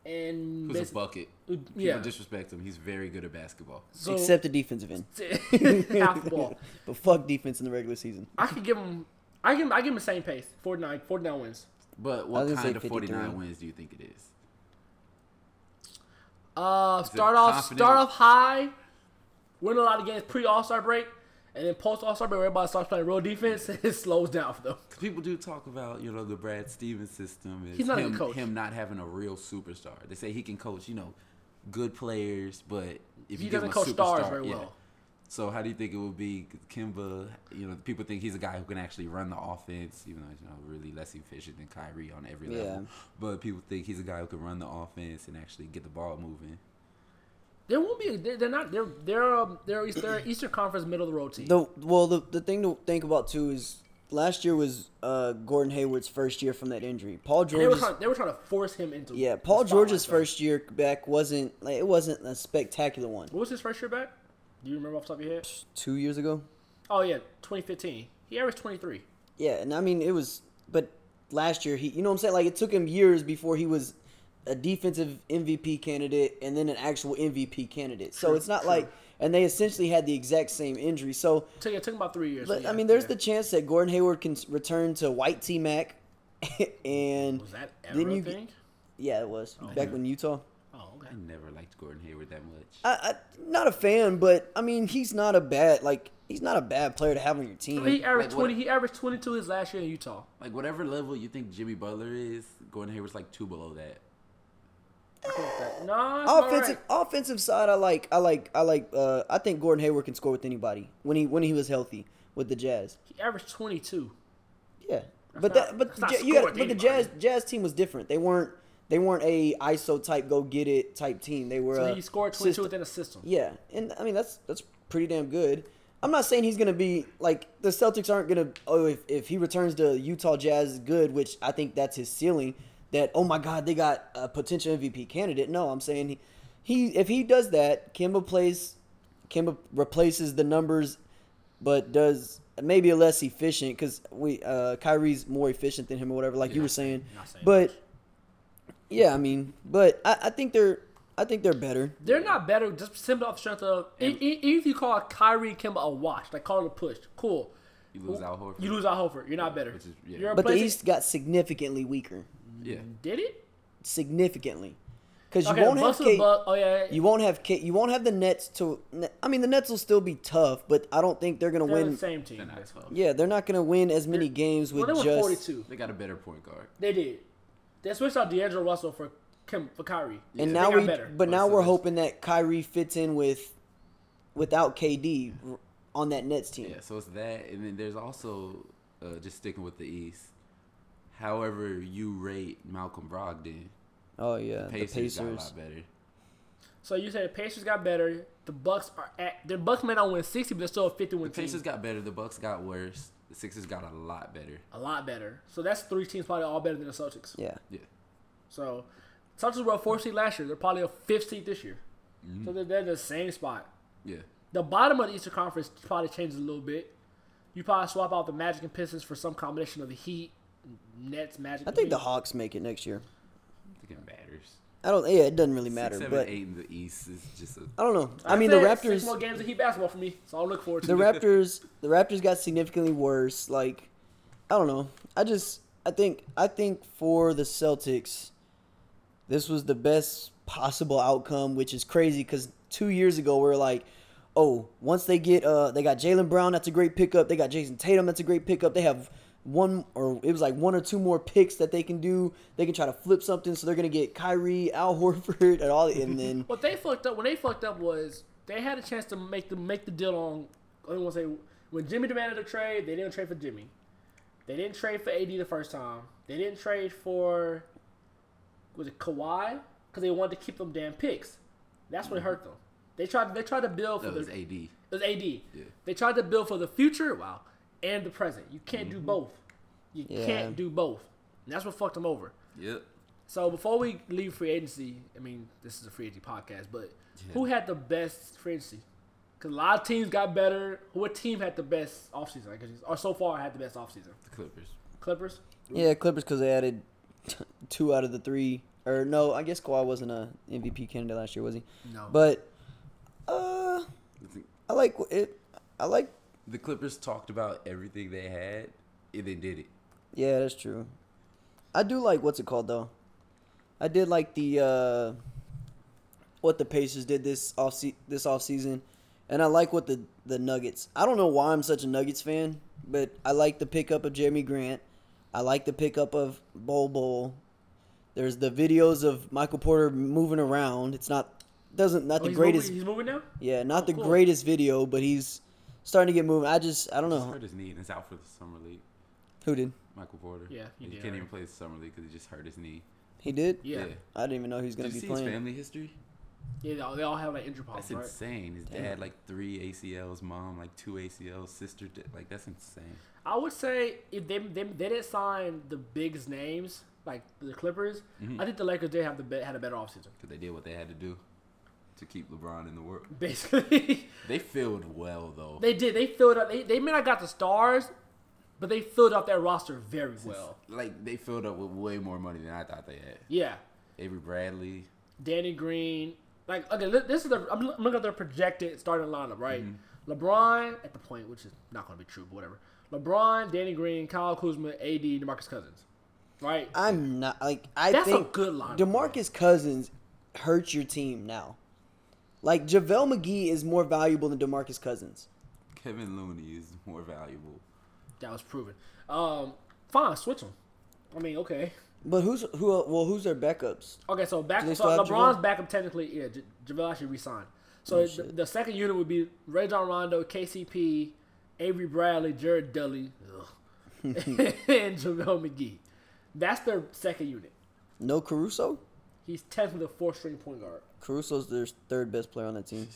A: and
C: Who's a
A: basi-
C: bucket. People
A: yeah.
C: disrespect him. He's very good at basketball.
A: so,
B: Except the defensive end.
A: half ball.
B: But fuck defense in the regular season.
A: I could give him. I give him. I give him the same pace. 49, 49 wins.
C: But
B: I
C: what
B: was gonna
C: kind
B: say
C: of 49
B: 53.
C: wins do you think it is?
A: Uh,
C: it
A: start off.
C: confident?
A: Start off high. Win a lot of games pre All Star break, and then post All Star break, where everybody starts playing real defense. It slows down for them.
C: 'Cause people do talk about you know the Brad Stevens system. Is
A: He's not a
C: him,
A: good coach.
C: Him not having a real superstar. They say he can coach you know good players, but if
A: He
C: you give
A: doesn't
C: him a
A: coach
C: superstar,
A: stars very
C: yeah.
A: well.
C: So how do you think it would be Kimba? You know, people think he's a guy who can actually run the offense, even though he's you know really less efficient than Kyrie on every level.
B: Yeah.
C: But people think he's a guy who can run the offense and actually get the ball moving.
A: There won't be. They're, they're not. They're they're um, they're, East- they're Eastern Conference middle of the road team.
B: The well, the, the thing to think about too is last year was uh, Gordon Hayward's first year from that injury. Paul
A: they were
B: George's
A: trying. They were trying to force him into.
B: yeah,
A: the
B: Paul
A: spotlight,
B: George's
A: though.
B: first year back wasn't like it wasn't a spectacular one.
A: What was his first year back? Do you remember off the top of your head?
B: Two years ago,
A: Oh yeah, 2015. He averaged 23.
B: yeah, and I mean it was, but last year he, you know what I'm saying? Like it took him years before he was a defensive MVP candidate and then an actual MVP candidate. So
A: True,
B: it's not
A: true.
B: like, and they essentially had the exact same injury. So
A: Took it took him about three years.
B: But
A: yeah,
B: I mean, there's
A: yeah.
B: the chance that Gordon Hayward can s- return to White T Mac, and
A: Was that ever
B: Didn't
A: a
B: you
A: thing?
B: yeah, it was back when Utah.
A: Oh okay.
C: I never liked Gordon Hayward that much.
B: I, I not a fan, but I mean, he's not a bad like he's not a bad player to have on your team.
A: He averaged
C: Like, what-
A: twenty. He averaged twenty-two his last year in Utah.
C: like whatever level you think Jimmy Butler is, Gordon Hayward's like two below that.
A: No, it's
B: offensive offensive side, I like I like I like uh, I think Gordon Hayward can score with anybody when he when he was healthy with the Jazz.
A: He averaged twenty-two.
B: Yeah, but
A: not-
B: that but
A: that's
B: the,
A: not
B: Ja-
A: score
B: you got,
A: with
B: but the
A: anybody.
B: Jazz Jazz team was different. They weren't they weren't a ISO type go get it type team. They were
A: So
B: a
A: he scored twenty-two
B: uh, system-
A: within a system.
B: Yeah, and I mean that's that's pretty damn good. I'm not saying he's gonna be like the Celtics aren't gonna. Oh, if, if he returns to Utah Jazz, is good, which I think that's his ceiling. That oh my God, they got a potential MVP candidate. No, I'm saying he, he if he does that, Kimba plays, Kimba replaces the numbers, but does maybe less efficient because we uh, Kyrie's more efficient than him or whatever, like you were saying.
A: not saying
B: But yeah, I mean, but I, I think they're I think they're better.
A: They're not better just simply off the strength of e- e- even if you call Kyrie and Kimba a wash, like call it a push, cool.
C: You lose Al Horford.
A: You lose Al Horford. You're not better.
C: Which is- yeah.
A: You're
B: But the
A: replacing-
B: East got significantly weaker,
C: Yeah.
A: did it.
B: significantly, because you
A: Okay,
B: won't
A: the
B: have
A: Bucks are the
B: Kate,
A: Bucks. Oh yeah,
B: you won't have Kate, you won't have the Nets to. I mean, the Nets will still be tough, but I don't think they're gonna
A: they're
B: win.
A: the same team.
C: They're not tough.
B: Yeah, they're not gonna win as many games
A: Well,
B: with
A: they were
B: just.
A: forty-two.
C: They got a better point guard.
A: They did. They switched out D'Angelo Russell for Kim for Kyrie.
B: And
A: They
B: now
A: got
B: we,
A: better.
B: but now
C: Most of
B: we're
C: us.
B: hoping that Kyrie fits in with, without KD, r- on that Nets team.
C: Yeah, so it's that, and then there's also uh, just sticking with the East. However, you rate Malcolm Brogdon,
B: Oh yeah, the
C: Pacers,
B: Pacers.
C: got a lot better.
A: So you said the Pacers got better. The Bucks are at the Bucks may not win sixty, but they're still a fifty-one
C: The Pacers
A: team.
C: got better. The Bucks got worse. The Sixers got a lot better.
A: A lot better. So that's three teams probably all better than the Celtics.
B: Yeah,
C: Yeah,
A: So Celtics were a four seed last year. They're probably a fifth seed this year. So they're, they're in the same spot.
C: yeah.
A: The bottom of the Eastern Conference probably changes a little bit. You probably swap out the Magic and Pistons for some combination of the Heat, Nets, Magic.
B: I
A: and
B: think the
A: Heat.
B: Hawks make it next year.
C: I think it matters.
B: I don't. Yeah, it doesn't really matter,
C: Six, seven,
B: but
C: eight in the East is just a.
B: I don't know. I
A: That's
B: mean, the
A: it. Six
B: Raptors.
A: more games of Heat basketball for me. So I'll look forward to
B: the
A: it.
B: Raptors the Raptors got significantly worse. Like I don't know. I just I think I think for the Celtics, this was the best possible outcome, which is crazy because two years ago we are like, oh, once they get uh they got Jalen Brown, that's a great pickup. They got Jason Tatum, that's a great pickup. They have one or it was like one or two more picks that they can do. They can try to flip something, so they're gonna get Kyrie, Al Horford, and all. And then
A: What they fucked up when they fucked up was they had a chance to make the make the deal on. I don't want to say when Jimmy demanded a trade, they didn't trade for Jimmy. They didn't trade for AD the first time. They didn't trade for was it Kawhi because they wanted to keep them damn picks. That's what hurt them. They tried. They tried to build for the.
C: That was AD.
A: It was AD. They tried to build for the future, wow, and the present. You can't
C: Mm-hmm.
A: do both. You
B: Yeah.
A: can't do both. And that's what fucked them over.
C: Yep.
A: So before we leave free agency, I mean, this is a free agency podcast, but who had the best free agency? Because a lot of teams got better. What team had the best offseason? I guess, or so far had the best offseason?
C: The Clippers.
A: Clippers?
B: yeah, Clippers because they added two out of the three Or no, I guess Kawhi wasn't a MVP candidate last year, was he?
A: No.
B: But uh, I like it. I like.
C: The Clippers talked about everything they had, and they did it.
B: Yeah, that's true. I do like what's it called though. I did like the uh, what the Pacers did this off se- this off season, and I like what the the Nuggets. I don't know why I'm such a Nuggets fan, but I like the pickup of Jeremy Grant. I like the pickup of Bol Bol. There's the videos of Michael Porter moving around. It's not doesn't not
A: Oh,
B: the
A: he's
B: greatest.
A: Moving, he's moving now.
B: Yeah, not the
A: cool.
B: greatest video, but he's starting to get moving. I just I don't
C: He
B: know
C: hurt his knee and is out for the summer league.
B: who did
C: Michael Porter.
A: Yeah, he
C: he,
A: did,
C: can't
A: right.
C: even play the summer league because he just hurt his knee.
B: he did.
A: Yeah.
C: Did
B: I didn't even know he was
C: you
B: gonna be
C: see his
B: playing.
C: family history?
A: Yeah, they all, they all have like injury problems,
C: That's
A: right?
C: insane. His dad like three ACLs, mom like two ACLs, sister di- like that's insane.
A: I would say if they, they they didn't sign the biggest names like the Clippers,
B: Mm-hmm.
A: I think the Lakers did have the be- had a better offseason.
C: Because they did what they had to do to keep LeBron in the world.
A: Basically,
C: They filled well though.
A: they did. They filled up. They, they may not got the stars, but they filled up that roster very well.
C: like they filled up with way more money than I thought they had.
A: Yeah,
C: Avery Bradley,
A: Danny Green. Like okay, li- this is the I'm loo- I'm looking at their projected starting lineup, right? LeBron at the point, which is not going to be true, but whatever. LeBron, Danny Green, Kyle Kuzma, AD, DeMarcus Cousins, right?
B: I'm not like I
A: That's a
B: think
A: good lineup, bro.
B: Demarcus Cousins hurts your team now. Like JaVale McGee is more valuable than Demarcus Cousins.
C: Kevin Looney is more valuable.
A: That was proven. Um, fine, switch them. I mean, okay.
B: But who's who? Well, who's their backups?
A: Okay, so back
B: Do they
A: so
B: still have
A: LeBron's
B: JaVale?
A: backup technically, yeah, J- JaVale actually resigned. So the, the second unit would be Ray John Rondo, KCP, Avery Bradley, Jared Dudley, ugh, and JaVale McGee. That's their second unit.
B: No Caruso.
A: He's technically the fourth string point guard.
B: Caruso's their third best player on that team.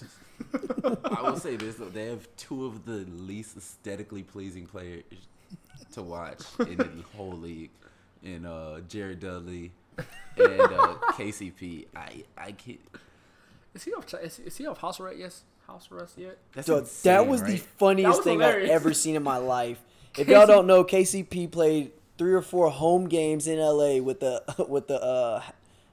C: I will say this though, they have two of the least aesthetically pleasing players to watch in the whole league, in uh, Jared Dudley and uh, KCP. I I can't.
A: Is he off? ch- Is he, is he off house arrest? Yes, house arrest yet?
C: That's
B: Dude, that
C: insane,
B: was the
C: right?
B: funniest
A: That was
B: thing
A: hilarious.
B: I've ever seen in my life. If y'all don't know, KCP played three or four home games in LA with the with the uh,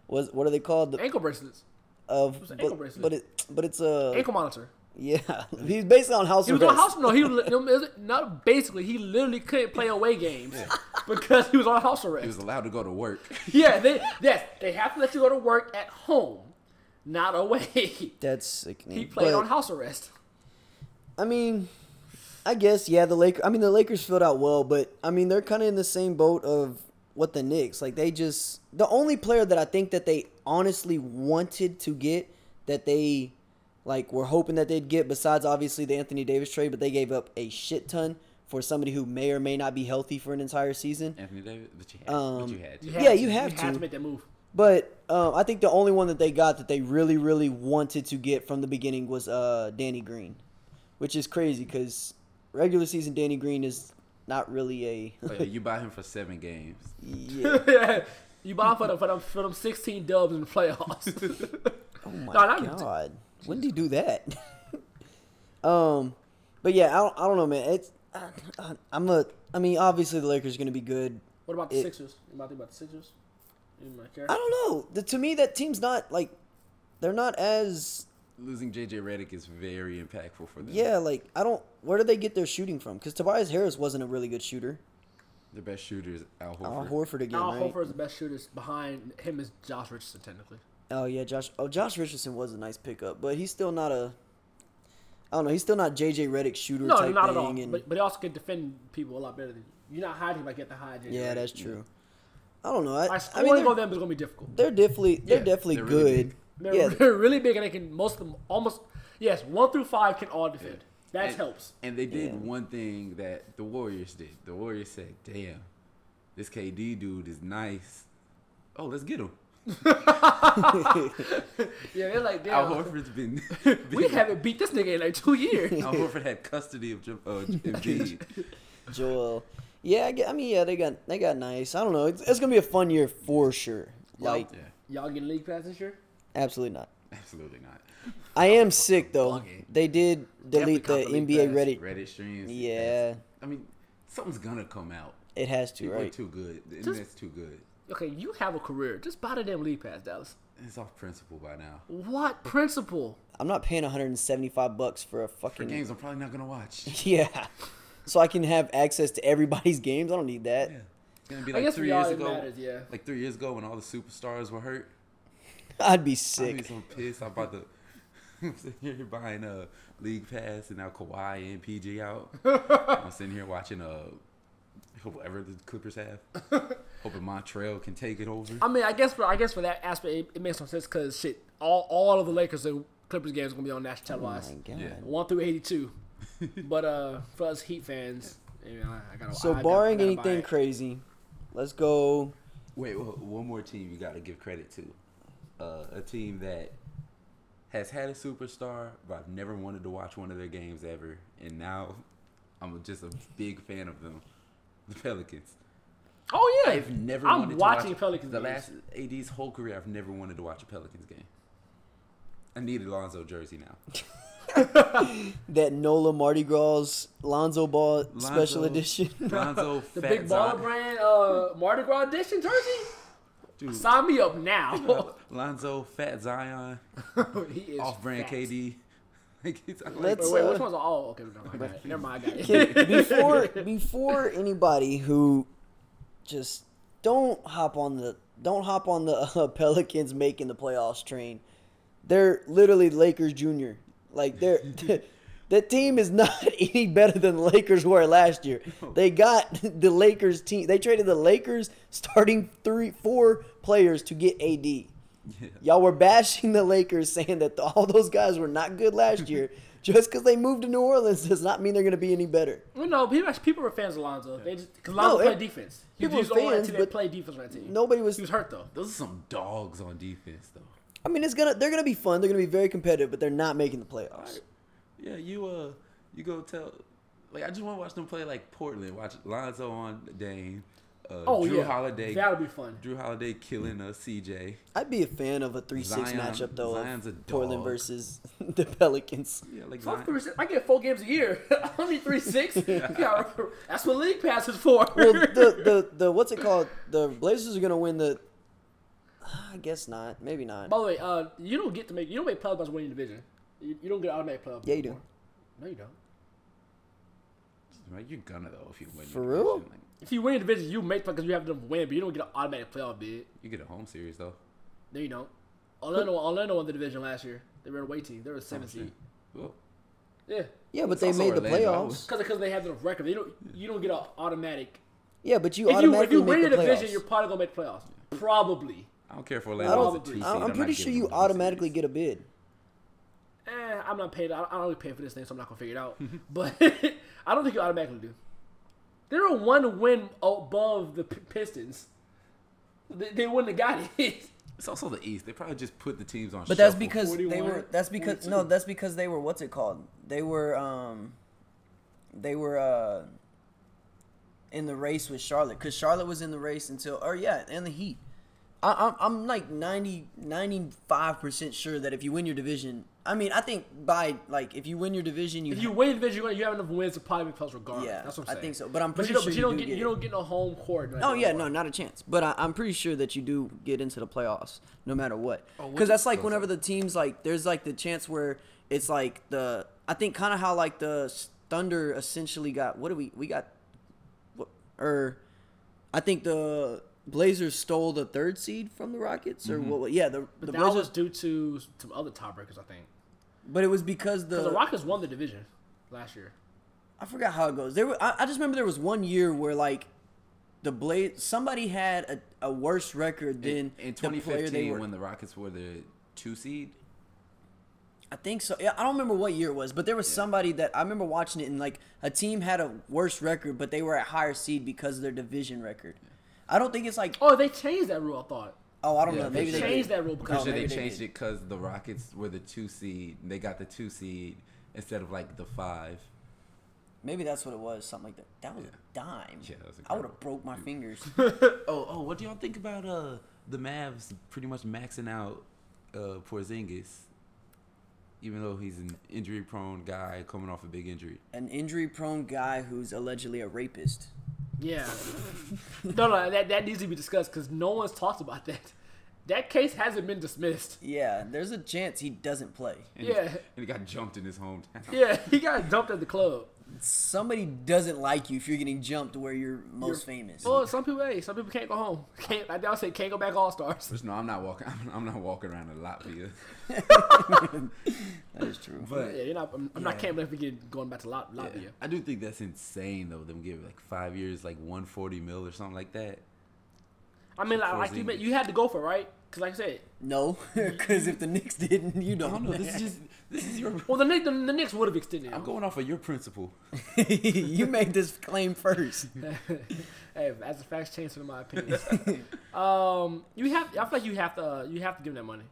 B: was what are they called? The,
A: Ankle bracelets,
B: of
A: an
B: but,
A: ankle bracelet.
B: but it but it's a
A: ankle monitor.
B: yeah. He's basically on house
A: He was
B: arrest.
A: on house. No, he was no, is it- not basically. He literally couldn't play away games because he was on house arrest.
C: He was allowed to go to work.
A: Yeah, they yes, they have to let you go to work at home, not away. he
B: That's sickening.
A: played
B: But,
A: on house arrest.
B: I mean, I guess yeah. The Lakers. I mean, the Lakers filled out well, but I mean they're kind of in the same boat of what the Knicks. Like they just the only player that I think that they honestly wanted to get that they like were hoping that they'd get besides obviously the Anthony Davis trade, but they gave up a shit ton for somebody who may or may not be healthy for an entire season.
C: Anthony Davis, but you had, but
B: Um,
C: you had to.
B: Yeah, you have
A: you had
B: to.
A: to make that move.
B: But um, I think the only one that they got that they really, really wanted to get from the beginning was uh, Danny Green, which is crazy because regular season Danny Green is not really a.
A: Oh,
C: But Oh, you buy him for seven games.
B: yeah.
A: you buy for them for them for them sixteen dubs in the playoffs.
B: Oh my
A: No, not-
B: god! When did you do that? um, but yeah, I don't, I don't know, man. It's I, I, I'm a. I mean, obviously the Lakers are gonna be good.
A: what about the
B: It-
A: Sixers? You about to think about the Sixers? You might care.
B: I don't know. The, to me, that team's not like they're not as
C: Losing JJ Redick is very impactful for them.
B: Yeah, like I don't. Where do they get their shooting from? Because Tobias Harris wasn't a really good shooter.
C: the best shooter is Al Horford.
B: Al Horford again,
A: Al
B: right?
A: Horford's the best shooters behind him is Josh Richardson technically.
B: Oh yeah, Josh. Oh, Josh Richardson was a nice pickup, but he's still not a. I don't know. He's still not JJ Redick shooter
A: No,
B: type
A: not at
B: thing.
A: all.
B: And
A: But, but he also can defend people a lot better than you. You're not hiding by getting the high. J.
B: yeah,
A: Redick.
B: that's true. I don't know. I,
A: Like,
B: I
A: scoring
B: mean,
A: on
B: they're,
A: them is gonna be difficult.
B: they're definitely they're
C: Yeah,
B: definitely
C: they're really
B: good.
C: big.
A: They're,
B: yeah,
A: they're really big and they can most of them almost yes one through five can all defend. That
C: and,
A: helps.
C: And they did
B: Yeah.
C: one thing that the Warriors did. The Warriors said, "Damn, this KD dude is nice. Oh, let's get him."
A: Yeah, they're like
C: Al
A: damn.
C: Horford's been.
A: We
C: been-
A: haven't beat this nigga in like two years.
C: Al Horford had custody of Jam- uh, Embiid.
B: Joel. Yeah, I, get- I mean, yeah, they got they got nice. I don't know. It's, it's gonna be a fun year for sure. Like,
C: yeah,
A: Y'all getting league pass this year?
B: absolutely not.
C: absolutely not.
B: I am sick though.
A: Bugging.
B: They did delete the
C: Definitely
B: NBA
C: pass.
B: Reddit.
C: Reddit streams.
B: Yeah.
C: I mean, something's gonna come out.
B: It has to,
C: People are
B: right?
C: too good. The
A: Just-
C: internet's too good.
A: Okay, you have a career. Just buy the damn league pass, Dallas.
C: It's off principle by now.
A: What principle?
B: I'm not paying 175 bucks for a
C: For
B: fucking
C: games I'm probably not gonna watch.
B: Yeah. So I can have access to everybody's games. I don't need that.
C: Yeah. It's gonna be
A: I
C: like
A: guess
C: three
A: for y'all
C: years
A: it
C: ago.
A: matters, yeah.
C: Like three years ago when all the superstars were hurt.
B: I'd be
C: I'd be
B: sick.
C: so pissed. I'm about to. I'm sitting here buying a league pass and now Kawhi and PG out. I'm sitting here watching uh whoever the Clippers have, hoping Montreal can take it over.
A: I mean, I guess for I guess for that aspect, it, it makes some sense because shit, all all of the Lakers and Clippers games are gonna be on national
B: Oh my
A: televised,
B: god.
C: Yeah.
A: one through eighty two. but uh, for us Heat fans, I, mean, I, I gotta.
B: So
A: I gotta-
B: barring
A: gotta buy
B: anything
A: it.
B: crazy, let's go.
C: Wait, wha- one more team you got to give credit to, uh, a team that has had a superstar, but I've never wanted to watch one of their games ever, and now I'm just a big fan of them, the Pelicans.
A: oh yeah,
C: I've never.
A: I'm
C: wanted
A: watching
C: to watch
A: Pelicans
C: The
A: games.
C: last AD's whole career, I've never wanted to watch a Pelicans game. I need a Lonzo jersey now.
B: That Nola Mardi Gras Lonzo Ball Special
C: Lonzo-
B: Edition.
C: Lonzo,
A: the big baller brand uh, Mardi Gras edition jersey.
C: Dude.
A: Sign me up now.
C: Lonzo, Fat Zion,
A: he is
C: off-brand
A: fat.
C: KD. Like, it's- I like-
B: Let's-
A: Wait, wait,
B: uh,
A: which one's all? Oh, okay, never mind. I got it. Never mind, I got it.
B: Okay, before before anybody who just don't hop on the don't hop on the uh, Pelicans making the playoffs train. They're literally Lakers Junior. Like they're that team is not any better than the Lakers were last year. They got the Lakers team. They traded the Lakers starting three four players to get AD. Y'all were bashing the Lakers, saying that all those guys were not good last year. Just because they moved to New Orleans does not mean they're going to be any better.
A: Well, no, people, people were fans of Lonzo. They just because Lonzo
B: No,
A: played
B: it-
A: defense. He
B: people
A: was
B: were
A: the only
B: fans,
A: team
B: but
A: that played defense on that team.
B: Nobody was.
A: he was hurt though.
C: those are some dogs on defense, though.
B: I mean, it's gonna. They're gonna be fun. They're gonna be very competitive, but they're not making the playoffs.
C: Yeah, you uh, you go tell. Like, I just want to watch them play like Portland. Watch Lonzo on Dame. Uh,
A: Oh
C: Drew
A: yeah,
C: Holiday.
A: that'll be fun.
C: Drew Holiday killing uh, CJ.
B: I'd be a fan of a three-six
C: Zion-
B: matchup though. of
C: Zion's a dog.
B: Portland versus the Pelicans.
C: Yeah, like
A: Fuck
C: Zion-
A: three six. I get four games a year. Only three six. Yeah, that's what league pass is for.
B: Well, the, the the what's it called? The Blazers are gonna win the. I guess not. Maybe not.
A: By the way, uh, you don't get to make you don't make playoffs by winning division. You, you don't get automatic playoff.
B: Yeah, you do.
A: anymore. No, you don't.
C: Like, You're gonna though if you win. the
B: For real?
C: division. Like,
A: If you win a division, you make because you have to win, but you don't get an automatic playoff bid.
C: you get a home series though.
A: No, you don't. Orlando, Orlando won the division last year. They were a away team. They were a
B: Oh,
A: seven seed.
C: Well,
A: Yeah,
B: Yeah, but
C: It's
B: they
C: also
B: made the
C: Orlando. I
B: playoffs.
A: because because they have the record. They don't. You don't get an automatic.
B: Yeah, but you
A: If you if
B: automatically
A: you win
B: make
A: a
B: the
A: division,
B: playoffs.
A: you're probably gonna make playoffs. Probably.
C: I don't care if
B: I
C: Orlando
B: don't.
C: is a two seed.
B: I- I'm
C: not
B: pretty sure
C: giving
B: you
C: them a home
B: automatically
C: series.
B: get a bid.
A: Eh, I'm not paid. I I don't really pay for this thing, so I'm not gonna figure it out. but I don't think you automatically do. They're a one win above the P- Pistons. They, they wouldn't have got it.
C: It's also the East. They probably just put the teams on.
B: But that's
C: shuffle.
B: because they
A: 41,
B: were. That's because no.
A: 42.
B: That's because they were. What's it called? They were. Um, they were uh, in the race with Charlotte because Charlotte was in the race until. Or yeah, and the Heat. I, I'm I'm like 95 percent sure that if you win your division, I mean, I think by like if you win your division, you,
A: if you win the division, you have enough wins to probably make playoffs regardless.
B: yeah,
A: that's what I'm
B: I
A: saying.
B: think so. But I'm
A: But
B: pretty
A: you don't,
B: sure
A: but you don't
B: do
A: get,
B: get
A: you
B: it.
A: don't get no home court. like
B: Oh
A: that.
B: yeah, no, not a chance. But I, I'm pretty sure that you do get into the playoffs no matter what.
C: what
B: Because
C: the-
B: that's like
C: oh,
B: whenever the teams like there's like the chance where it's like the I think kind of how like the s- Thunder essentially got what do we we got, what, or I think the Blazers stole the third seed from the Rockets
C: Mm-hmm.
B: or what? Yeah, the,
A: But
B: the
A: that
B: Blazers,
A: was due to some other tiebreakers, I think.
B: but it was because the,
A: Because the Rockets won the division last year.
B: I forgot how it goes. There, were, I, I just remember there was one year where like the Blaze somebody had a, a worse record than
C: in, in
B: the player
C: 2015
B: they were.
C: when the Rockets were the two seed.
B: I think so. Yeah, I don't remember what year it was, but there was somebody that I remember watching it, and like a team had a worse record, but they were at higher seed because of their division record. I don't think it's like
A: Oh, they changed that rule. I thought.
B: oh I don't
C: Yeah,
B: know
C: they
B: maybe they
A: changed
B: did.
A: that rule
B: No,
A: because
C: Pretty sure
B: maybe
C: Oh, they
B: they
C: changed
B: did.
C: it because the Rockets were the two seed. They got the two seed instead of like the five.
B: Maybe that's what it was. Something like that. That was a dime.
C: Yeah, that was
B: I would have
C: incredible.
B: broke my fingers.
C: Oh, oh, what do y'all think about uh the Mavs pretty much maxing out uh Porzingis, even though he's an injury prone guy coming off a big injury.
B: An injury-prone guy who's allegedly a rapist.
A: Yeah. no, no, that, that needs to be discussed because no one's talked about that. That case hasn't been dismissed.
B: Yeah, there's a chance he doesn't play.
C: And
A: Yeah.
C: He, and he got jumped in his hometown.
A: Yeah, he got dumped at the club.
B: Somebody doesn't like you if you're getting jumped where you're most
A: You're-
B: famous.
A: Well, some people, hey, some people can't go home. Can't, like I say, can't go back All Stars.
C: Which, no, I'm not walking. I'm, I'm not walking around in Latvia.
B: That is true.
C: But
A: Yeah, you're not. I'm, I'm not can't believe we get going back to Lot- Latvia.
C: I do think that's insane though. Them give like five years, like 140 mil or something like that.
A: I mean, like, like you,
C: Porzingis.
A: meant- you had to go for it, right? Because, like I said,
B: No, because if the Knicks didn't, you
C: I
B: don't.
C: don't know. This is just this is your.
A: well, the Knicks, the, the Knicks would have extended.
C: I'm
A: him.
C: going off of your principle.
B: you made this claim first.
A: hey, as the facts change, so do my opinion. um, you have. I feel like you have to. Uh, you have to give them that money.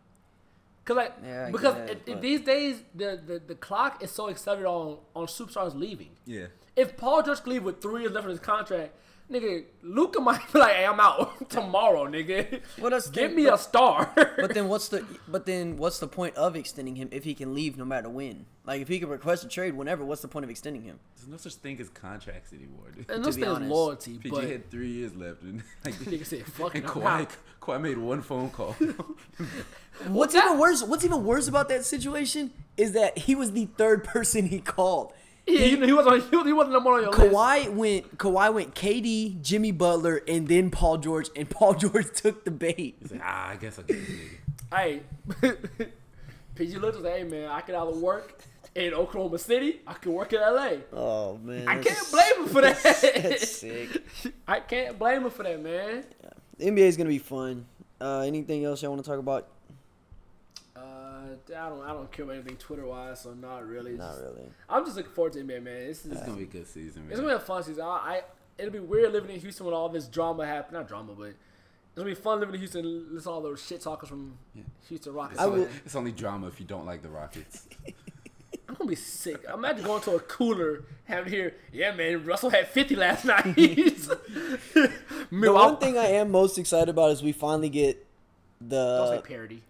A: Cause like,
B: Yeah, I
A: because
B: guess,
A: it, it-
B: but-
A: these days the, the, the clock is so accelerated on on superstars leaving.
C: Yeah.
A: If Paul George could leave with three years left on his contract, nigga, Luca might be like, "Hey, I'm out tomorrow, nigga.
B: Well, that's the
A: Give
B: thing,
A: me
B: but-
A: a star."
B: But then what's the but then what's the point of extending him if he can leave no matter when? Like if he can request a trade whenever, what's the point of extending him?
C: There's no such thing as contracts anymore. Dude.
A: and this
B: be
A: thing's
B: honest,
A: loyalty,
C: PG
A: but
C: had three years left, and like,
A: nigga said, "Fuck it,
C: and
A: I'm
C: Kawhi,
A: out."
C: Kawhi made one phone call.
B: What's even worse? What's even worse about that situation is that he was the third person he called.
A: Yeah, you know, he wasn't. He, was- he wasn't number one on your list.
B: Kawhi went. Kawhi went. KD, Jimmy Butler, and then Paul George. And Paul George took the bait.
C: He's like, ah, I guess I'll get this nigga.
A: Hey, PG looked and said, "Hey man, I could either work in Oklahoma City, I could work in LA.
B: Oh man,
A: I can't blame him for that.
B: That's sick.
A: I can't blame him for that, man.
B: NBA is gonna be fun. Uh, anything else y'all want to talk about?
A: Uh, I don't, I don't care about anything Twitter wise, so not really. It's
B: Not
A: just-
B: really.
A: I'm just looking forward to NBA, man. This is,
C: It's gonna be a good season,
A: it's
C: man.
A: gonna be a fun season. I, I, it'll be weird living in Houston when all this drama happened. Not drama, but it's gonna be fun living in Houston. Listen to all those shit talkers from Houston Rockets.
C: It's only,
B: will-
C: it's only drama if you don't like the Rockets.
A: I'm gonna be sick. Imagine going to a cooler, having here, yeah, man, Russell had 50 last night. the
B: The one thing I am most excited about is we finally get
A: I'll say
B: the.
A: parody.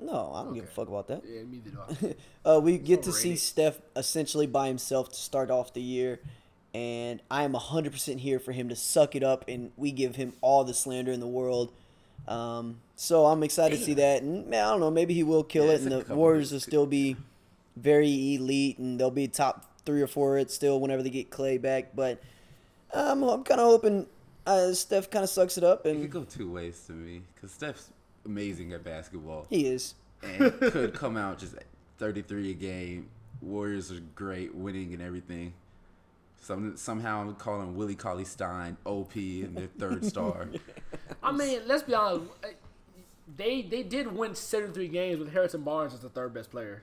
B: No, I don't give a fuck about that.
A: Yeah, me neither.
B: Uh, we get to see
A: overrated.
B: Steph essentially by himself to start off the year, and I am 100% here for him to suck it up, and we give him all the slander in the world. Um, so I'm excited to see that, and man, I don't know, maybe he will kill
C: Yeah,
B: it,
C: it's
B: and
C: a
B: the
C: couple
B: Warriors will
C: weeks.
B: still be very elite, and they'll be top three or four at still whenever they get Clay back. But um, I'm kind of hoping uh, Steph kind of sucks it up,
C: It could
B: and
C: go two ways to me, because Steph's amazing at basketball.
B: he is.
C: and could come out just 33 a game. Warriors are great, winning and everything. Some, somehow I'm calling Willie Cauley Stein OP and their third star.
A: I mean, let's be honest. uh, They they did win 73 games with Harrison Barnes as the third best player.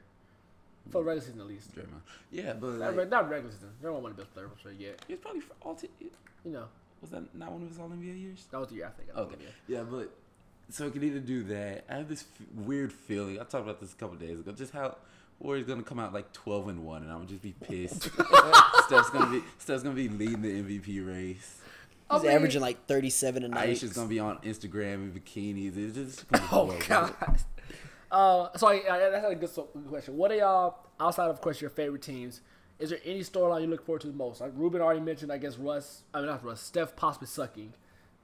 A: For the regular season, at least.
C: Draymond. Yeah, but
A: Not,
C: like,
A: reg- not regular season. They're not one of the best players for sure yet.
C: he was probably all. T-
A: You know,
C: was that not one of his All NBA years?
A: that was the year I think. I
C: Okay.
A: think, yeah.
C: Yeah, but so I can either do that. I have this f- weird feeling. I talked about this a couple days ago. Just how Warriors gonna come out like twelve and one, and I'm gonna just be pissed. Steph's gonna be Steph's gonna be leading the MVP race.
A: I
B: He's
A: mean,
B: averaging like 37 a night.
C: Aisha's gonna be on Instagram in bikinis. It's just gonna be
A: Oh
C: horrible.
A: god. Uh, sorry, uh, that's not a good so- good question. What are y'all outside of, of course your favorite teams? Is there any storyline you look forward to the most? Like Ruben already mentioned, I guess Russ. I mean not Russ. Steph possibly sucking.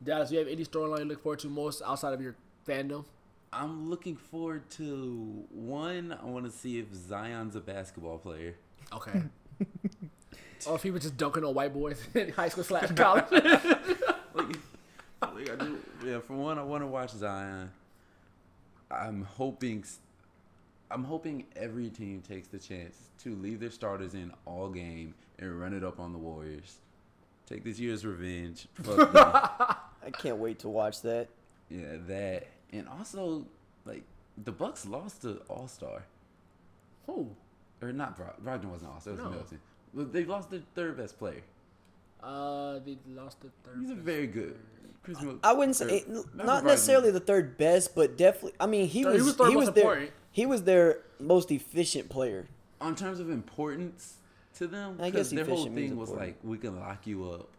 A: Dallas, do you have any storyline you look forward to most outside of your fandom?
C: I'm looking forward to one. I want to see if Zion's a basketball player.
A: Okay. or if he was just dunking on white boys in high school slash college.
C: Like,
A: Oh,
C: like I do, yeah. For one, I want to watch Zion. I'm hoping. s- I'm hoping every team takes the chance to leave their starters in all game and run it up on the Warriors. Take this year's revenge. Fuck them.
B: I can't wait to watch that.
C: Yeah, that and also like the Bucks lost to All Star
A: Who?
C: or not? Bro- Brogdon wasn't All Star. It was
A: No.
C: Middleton. But they lost their third best player.
A: Uh, they lost the third.
C: He's a very good. Chris Mil-
B: I wouldn't say
C: or-
B: it,
C: remember
B: not
C: Brogdon.
B: necessarily the third best, but definitely. I mean, he
A: No,
B: was
A: he
B: he
A: was
B: was,
A: third most
B: their
A: important.
B: he was their most efficient player.
C: on terms of importance to them.
B: I
C: because
B: guess
C: their whole
B: efficient means
C: thing was
B: important.
C: like we can lock you up,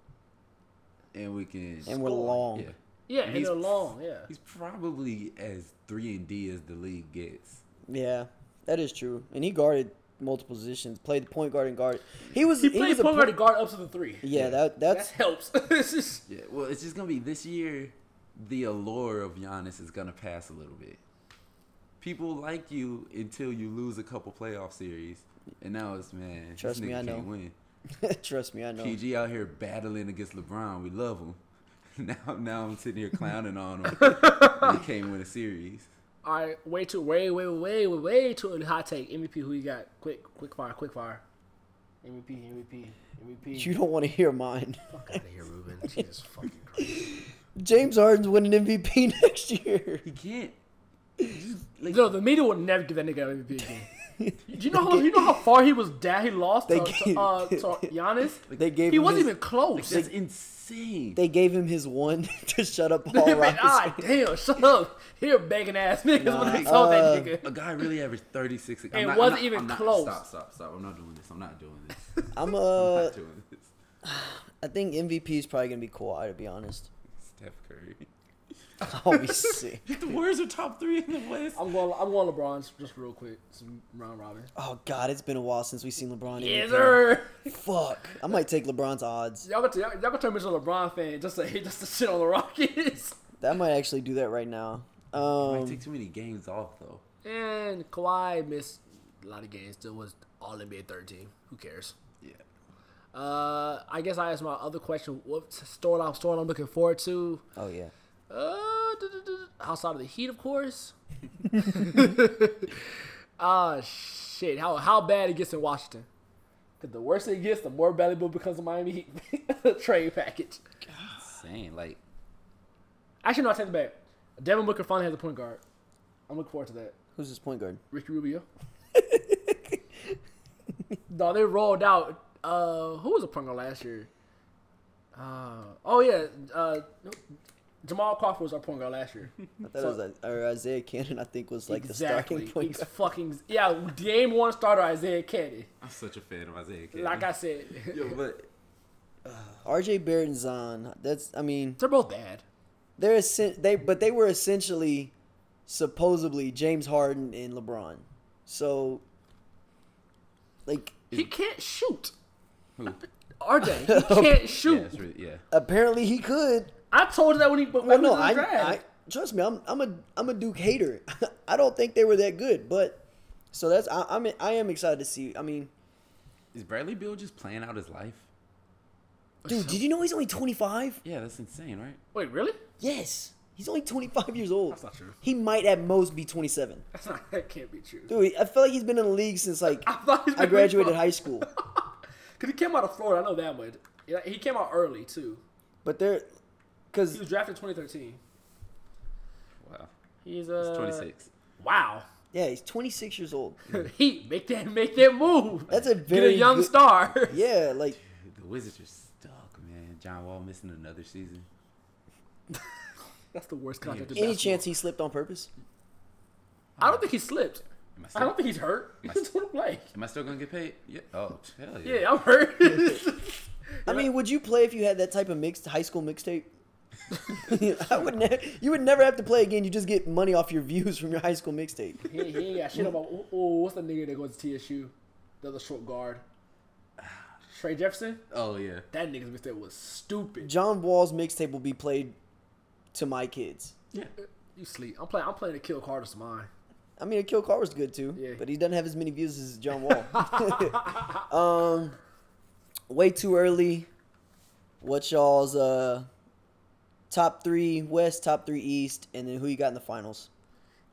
C: and we can
B: And we're long.
C: Yeah,
A: yeah, and
C: he's-
A: they're long. Yeah.
C: he's probably as three and D as the league gets.
B: Yeah, that is true. And he guarded multiple positions. Played the point guard and guard. He was
A: He
B: was
A: played
B: a
A: point guard and guard up to the three.
B: Yeah, that
A: That
B: that's
A: helps. It's just-
C: Yeah, well, it's just gonna be this year. The allure of Giannis is gonna pass a little bit. People like you until you lose a couple playoff series, and now it's man.
B: Trust
C: this
B: me,
C: nigga
B: I know.
C: Can't win.
B: trust me, I know.
C: PG out here battling against LeBron. We love him. Now, now I'm sitting here clowning on him. they can't win a series.
A: All right, way too, way, way, way, way, way too early hot take. MVP, who you got? Quick, quick fire, quick fire. MVP, MVP, MVP.
B: You don't want to hear mine.
A: Fuck out of here, Ruben. Jesus fucking Christ.
B: James Harden's winning MVP next year.
C: He can't.
A: No, the media would never give that nigga an MVP again. Do you know how you know how far he was down? He lost to,
B: They
A: to, uh, to
B: gave-
A: Giannis.
B: They gave
A: He
B: him
A: wasn't
B: his-
A: even close.
C: That's insane.
B: They gave him his one to shut up all
A: Damn
B: Rockets.
A: it, ah, damn, shut up. He a begging ass niggas when they
C: Nah,
A: saw
B: uh,
A: that nigga.
C: a guy really averaged 36.
A: It wasn't even close.
C: Stop, stop, stop. I'm not doing this. I'm not doing this.
B: I'm
C: I'm
B: uh,
C: not doing this.
B: I think MVP is probably gonna be Kawhi to be honest. Oh,
C: Steph Curry.
B: I'll be sick.
C: The Warriors are top three in the West.
A: I'm going. I'm going LeBron's just real quick. Some round robin.
B: Oh God, it's been a while since we've seen LeBron.
A: Yes,
B: MVP.
A: sir.
B: Fuck, I might take LeBron's odds.
A: Y'all gonna y'all, y'all gonna turn me into a LeBron fan just to just to shit on the Rockets.
B: That might actually do that right now.
C: Might
B: Um,
C: take too many games off though.
A: And Kawhi missed a lot of games. Still was All NBA third team. Who cares?
C: Yeah.
A: Uh, I guess I asked my other question. What storyline? Storyline I'm looking forward to.
B: oh yeah,
A: Uh, outside of the heat, of course. Ah, shit. How how bad it gets in Washington? Because the worse it gets, the more valuable it becomes a Miami Heat trade package.
C: Insane. Like
A: Actually, no, I take it back. Devin Booker finally has a point guard. I'm looking forward to that.
B: who's his point guard?
A: Ricky Rubio. no, they rolled out. Uh, who was a point guard last year? Uh, oh yeah, uh, Jamal Crawford was our point guard last year.
B: I thought
A: So-
B: it was uh, or Isaiah Cannon. I think was like the starting point
A: He's
B: guard.
A: fucking yeah, game one starter Isaiah Kenny.
C: I'm such a fan of Isaiah. Cannon.
A: Like I said,
C: Yo, but
B: R.J. Barrett and Zion. That's I mean
A: they're both bad.
B: they're essen- they but they were essentially supposedly James Harden and LeBron. So like
A: He can't shoot.
C: who?
A: RJ, he can't
C: Yeah,
A: shoot.
C: that's really, yeah.
B: apparently he could.
A: I told you that when he when
B: Well,
A: he
B: Oh, no,
A: was in
B: I,
A: the
B: I
A: draft.
B: trust me. I'm I'm a I'm a Duke hater. I don't think they were that good, but so that's I, I'm I am excited to see. I mean,
C: Is Bradley Bill just playing out his life?
B: dude, did you know he's only 25?
C: Yeah, that's insane, right?
A: Wait, really?
B: Yes, he's only 25 years old.
A: That's not true.
B: He might at most be 27.
A: That's not, that can't be true.
B: Dude, I feel like he's been in the league since like
A: I thought he's
B: I
A: been
B: graduated
A: really-
B: high school.
A: Cause he came out of Florida, I know that much. Yeah, he came out early too.
B: But they're
A: He
B: because
A: was drafted in 2013.
C: Wow.
A: He's uh
C: He's 26.
A: Wow.
B: yeah, he's 26 years old.
A: Heat, make that make that move.
B: That's a
A: Get a
B: very
A: young
B: good-
A: star.
B: Yeah, like
C: Dude, the Wizards are stuck, man. John Wall missing another season.
A: That's the worst contract. in
B: any
A: basketball.
B: chance he slipped on purpose?
A: I don't think he slipped.
C: Am I
A: I don't
C: still,
A: think he's hurt. That's what I'm like.
C: am I still gonna get paid? Yeah. Oh, hell yeah.
A: Yeah, I'm hurt.
B: I mean, would you play if you had that type of mixed high school mixtape? I would ne- you would never have to play again. You just get money off your views from your high school mixtape.
A: he, he ain't got shit about. Oh, what's the nigga that goes to TSU? The other short guard, Trey Jefferson.
C: Oh yeah.
A: That nigga's mistake was stupid.
B: John Wall's mixtape will be played to my kids.
C: Yeah.
A: You sleep. I'm playing. I'm playing to kill Carter's mine.
B: I mean, Akil Carr was good too,
A: Yeah.
B: but he doesn't have as many views as John Wall. um, way too early. What y'all's uh top three West, top three East, and then who you got in the finals?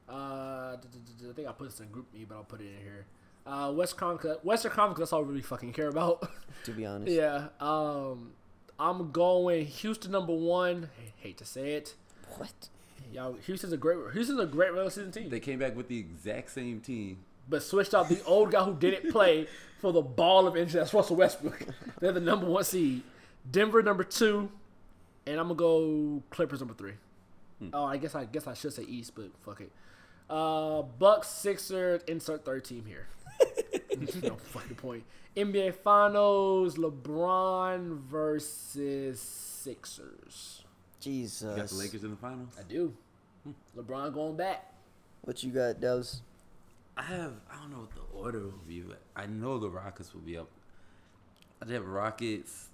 A: Uh, d- d- d- I think I put this in group me, but I'll put it in here. Uh, West Con, Western Conference. That's all I really fucking care about.
B: To be honest,
A: yeah. Um, I'm going Houston number one. hate to say it.
B: What?
A: Y'all, Houston's a great. Houston's a great regular season team.
C: They came back with the exact same team.
A: but switched out the old guy who didn't play for the ball of injury. That's Russell Westbrook. They're the number one seed. Denver number two, and I'm gonna go Clippers number three. Oh, I guess I guess I should say East, but fuck it. Uh, Bucks, Sixers, insert third team here. no fucking point. NBA Finals: LeBron versus Sixers.
B: Jesus.
C: You got the Lakers in the finals.
A: I do. LeBron going back.
B: What you got, Dallas?
C: I have I don't know what the order review. I know the Rockets will be up. I have Rockets.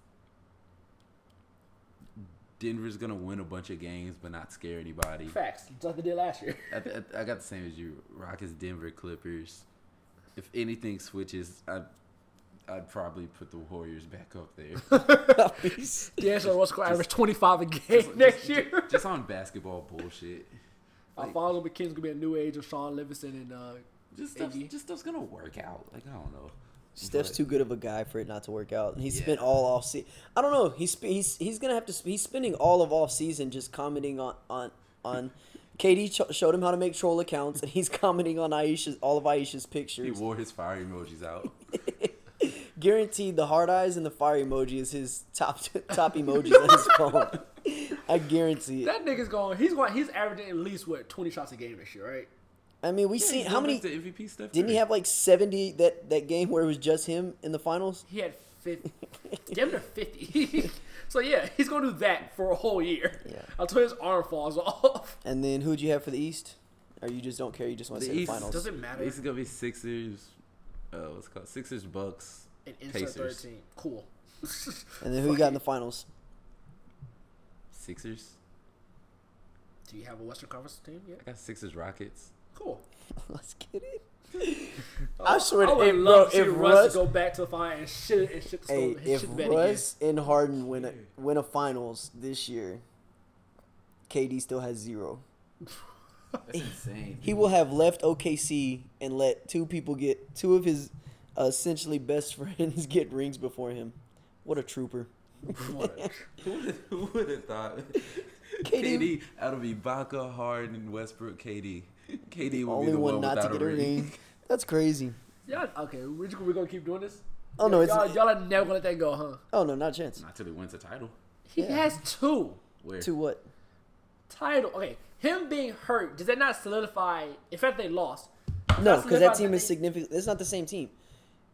C: Denver's gonna win a bunch of games, but not scare anybody.
A: Facts, just like they did last year.
C: I, th- I th- I got the same as you. Rockets, Denver, Clippers. If anything switches, I. I'd probably put the Warriors back up there.
A: D'Angelo Russell will average 25 a game next year.
C: Just on basketball bullshit. like-
A: Alfonso McKinney's gonna be a new age of Sean Livingston and uh,
C: Just stuff,
A: Iggy.
C: just stuff's gonna work out. Like I don't know.
B: Steph's
C: But-
B: too good of a guy for it not to work out, and he spent
C: Yeah.
B: all off season. I don't know. He's sp- he's he's gonna have to. Sp- he's spending all of off season just commenting on on on. KD cho- showed him how to make troll accounts, and he's commenting on Aisha's all of Aisha's
C: He
B: pictures.
C: wore his fire emojis out.
B: Guaranteed, the hard eyes and the fire emoji is his top top emojis on his phone. I guarantee it.
A: that nigga's going. He's going. He's averaging at least what 20 shots a game this year, right?
B: I mean, we seen
C: He's
B: how
C: going
B: many
C: back to MVP stuff?
B: didn't he have like seventy that that game where it was just him in the finals?
A: He had 50, damn near 50. so yeah, he's gonna do that for a whole year
B: Yeah.
A: until his arm falls off.
B: And then who'd you have for the East? Or you just don't care? You just want to
C: The
B: say the
C: East
B: finals?
A: Doesn't matter.
C: It's gonna be Sixers. Uh, what's it called Sixers Bucks
A: And insert
C: Pacers
A: 13. Cool.
B: And then who you got in the finals?
C: Sixers.
A: Do you have a Western Conference team yet?
C: I got Sixers Rockets.
A: Cool.
B: Let's get it. I swear
A: I
B: to
A: would
B: if, bro,
A: love to
B: if
A: see Russ,
B: Russ,
A: go back to the final and shit and shit the
B: hey,
A: storm, and
B: if
A: shit the bed again.
B: Russ and Harden win a win a finals this year, KD still has zero.
C: That's insane.
B: He will have left OKC and let two people get two of his uh, essentially best friends get rings before him. What a trooper!
C: who would have thought?
B: KD
C: KD out of Ibaka, Harden, Westbrook, KD. KD will be
B: only
C: the
B: one
C: one,
B: not to
C: without
B: get
C: a
B: a
C: ring.
B: ring. That's crazy.
A: Y'all, okay, we're, just, we're gonna keep doing this.
B: Oh, no, it's-
A: y'all, y'all are never gonna let that go, huh?
B: Oh no, not a chance.
C: Not till he wins a title.
A: He
B: Yeah.
A: has two
C: Where?
B: To what?
A: title. Okay, him being hurt does that not solidify? In fact, they lost.
B: No,
A: That's
B: because that
A: about
B: team
A: the
B: is
A: thing.
B: significant. It's not the same team.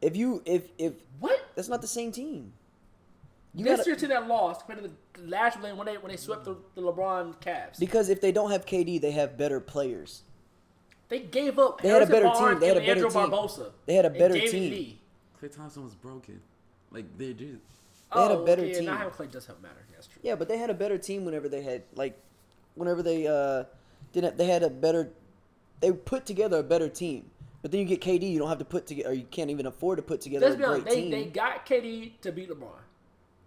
B: If you if if
A: What?
B: that's not the same team. You
A: this
B: gotta-
A: year to that lost compared to the last year when they when they swept the, the LeBron Cavs.
B: Because if they don't have KD, they have better players.
A: they gave up.
B: They had a
A: Harrison
B: better
A: Barnes
B: team. They had
A: and
B: a better
A: Andrew
B: team.
A: Barbosa
B: They had a
A: and
B: better
A: David
B: team.
A: Lee.
C: Clay Thompson was broken. Like they did.
B: They had a better
A: yeah,
B: team.
A: Not having Clay does help matter. That's true.
B: Yeah, but they had a better team whenever they had like, whenever they uh didn't they had a better, they put together a better team. But then you get KD, you don't have to put together, or you can't even afford to put together
A: Let's
B: a
A: be honest.
B: great
A: They,
B: team.
A: they got KD to beat LeBron.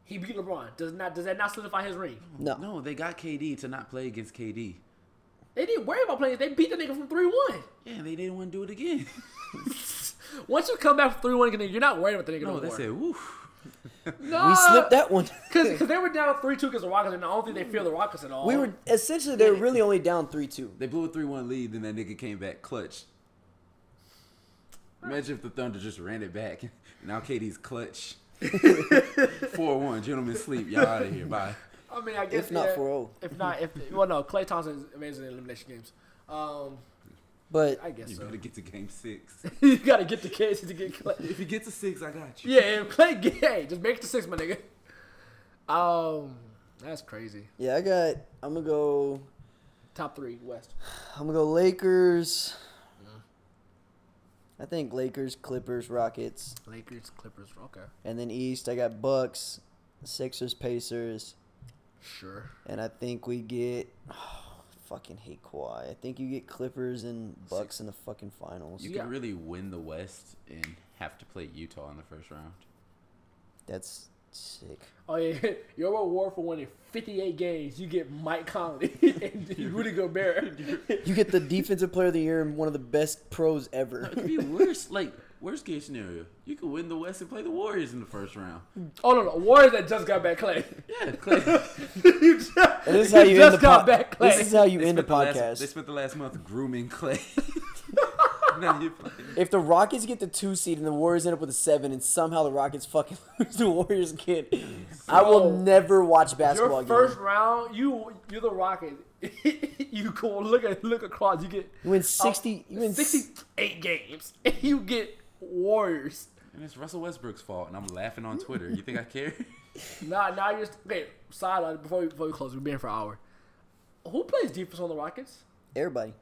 A: He beat LeBron. Does not does that not solidify his ring?
B: no,
C: No, they got KD to not play against KD.
A: They didn't worry about playing. They beat the nigga from three one.
C: Yeah, and they didn't want to do it again.
A: Once you come back from three one, you're not worried about the nigga no,
C: no,
A: more.
C: Oh, they said, woof.
A: No,
B: we slipped that one.
A: Because they were down 3 2 because the Rockets, and I don't think they feel the Rockets at all.
B: we were essentially they were really only down three two.
C: They blew a 3 1 lead, then that nigga came back clutch. Imagine if the Thunder just ran it back. Now KD's clutch. 4 1. Gentlemen, sleep. Y'all out of here. Bye.
A: I mean, I guess.
B: If not
A: yeah,
B: 4-0.
A: If not, if. Well, no, Clay Thompson is amazing in elimination games. Um,
B: But
A: I guess
C: You
A: so.
C: better get to game six.
A: you got to get the kids to get Clay.
C: If you get to six, I got you.
A: Yeah, if Clay get. Hey, just make it to six, my nigga. Um, That's crazy.
B: yeah, I got. I'm gonna go.
A: Top three, West.
B: I'm gonna go Lakers. I think Lakers, Clippers, Rockets,
A: Lakers, Clippers. Okay.
B: and then East. I got Bucks, Sixers, Pacers,
A: Sure.
B: and I think we get. fucking hate Kawhi. I think you get Clippers and Bucks in the fucking finals.
C: You
A: Yeah.
C: can really win the West and have to play Utah in the first round.
B: That's sick.
A: Oh, yeah. Your reward for winning 58 games, you get Mike Conley and Rudy Gobert.
B: You get the defensive player of the year and one of the best pros ever.
C: It'd be worse. Like, worst case scenario, you could win the West and play the Warriors in the first round.
A: Oh, no, no. Warriors that just got back Clay.
C: Yeah, Clay.
A: you just,
B: And this is how you end the
A: just got
B: po-
A: back Clay.
B: This is how you
C: They
B: end the
C: spent last- they
B: podcast.
C: spent the last month grooming Clay. now you're playing.
B: If the Rockets get the two seed and the Warriors end up with a seven, and somehow the Rockets fucking lose the Warriors again, I will
A: So,
B: never watch
A: Your
B: basketball again.
A: first round, you you're the Rocket. you go look at look across. You get
B: You win sixty. you win sixty.
A: sixty eight games, and you get Warriors.
C: And it's Russell Westbrook's fault, and I'm laughing on Twitter. You think I care?
A: Now now you're okay. Side eye before we, before we close. We've been here for an hour. Who plays defense on the Rockets?
B: Everybody.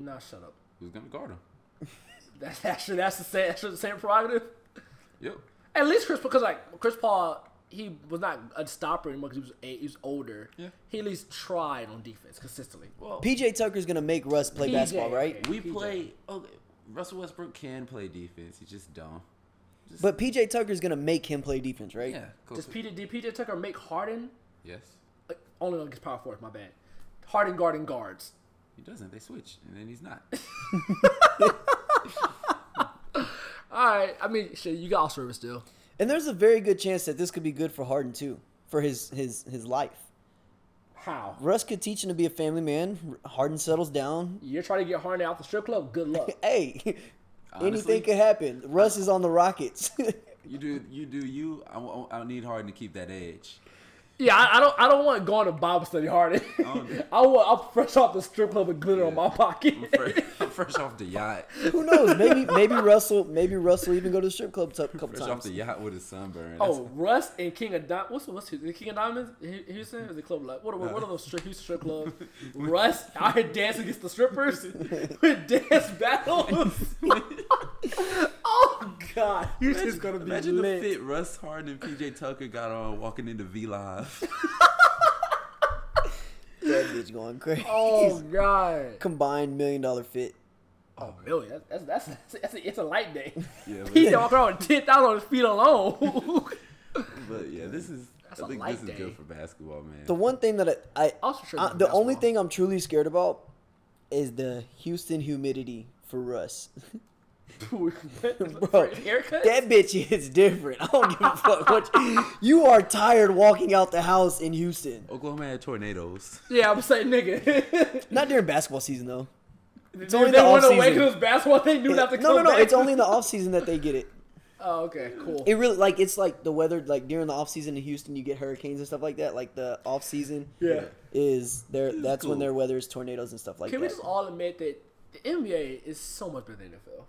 A: Nah, shut up.
C: Who's gonna guard him?
A: That's actually that's the same that's the same prerogative.
C: Yep.
A: At least Chris because like Chris Paul, he was not a stopper anymore because he was a- he was older.
C: Yeah.
A: He at least tried on defense consistently.
C: Well,
B: PJ Tucker's gonna make Russ play
A: PJ.
B: basketball, right?
C: we
A: PJ.
C: play. Okay, Russell Westbrook can play defense. He just don't.
B: But PJ Tucker's gonna make him play defense, right?
C: Yeah. Cool.
A: Does Peter did Peter Tucker make Harden
C: yes.
A: uh, only against power forward? My bad. Harden guarding guards.
C: He doesn't. They switch, and then he's not.
A: All right. I mean, shit, you got all service still.
B: And there's a very good chance that this could be good for Harden too, for his his his life.
A: How?
B: Russ could teach him to be a family man. Harden settles down.
A: You're trying to get Harden out the strip club. Good luck.
B: Hey,
C: Honestly.
B: anything could happen. Russ is on the Rockets.
C: You do. You do. You. I, wa- I need Harden to keep that edge.
A: yeah, I, I don't. I don't want going to Bible study Harden.
C: don't-
A: I want. I'm fresh off the strip club with glitter on my pocket.
C: I'm fresh, I'm fresh off the yacht.
B: Who knows? Maybe maybe Russell maybe Russell even go to the strip club a couple
C: Fresh off
B: times.
C: the yacht with a sunburn. That's-
A: Oh, Russ and King of Diamonds. What's what's his, the King of Diamonds? Hu- Houston is the club like what? are- What are those strip, Houston strip clubs? Russ out here dancing against the strippers with dance battles. oh God, Houston's gonna be
C: Imagine
A: lit.
C: the fit Russ Harden and PJ Tucker got on walking into V Live.
B: That bitch going crazy.
A: Oh God.
B: Combined million dollar fit.
A: Oh really? That, that's that's, that's, that's a, it's a light day.
C: Yeah, but,
A: He's walking around with ten thousand on his feet alone.
C: but yeah, this is.
A: That's
C: I
A: a
C: think
A: light
C: this is
A: day.
C: good for basketball, man.
B: The one thing that I, I
A: Also sure
B: I-
A: that's
B: the only
A: basketball.
B: thing I'm truly scared about is the Houston humidity for Russ.
A: Bro,
B: Bro,
A: haircut.
B: that bitch is different. I don't give a fuck. What you, you are tired walking out the house in Houston.
C: Oklahoma had tornadoes.
A: yeah, I'm saying, nigga.
B: Not during basketball season though.
A: It's
B: only
A: they
B: the
A: went away
B: offseason.
A: because basketball. They knew not to
B: no,
A: come
B: no, no.
A: back.
B: It's only in the off season that they get it.
A: Oh, okay, cool.
B: It really like it's like the weather like during the off season in Houston you get hurricanes and stuff like that. Like the off season
A: yeah.
B: is there. That's when
C: cool.
B: their weather is tornadoes and stuff like
A: Can we
B: that.
A: just all admit that the NBA is so much better than NFL?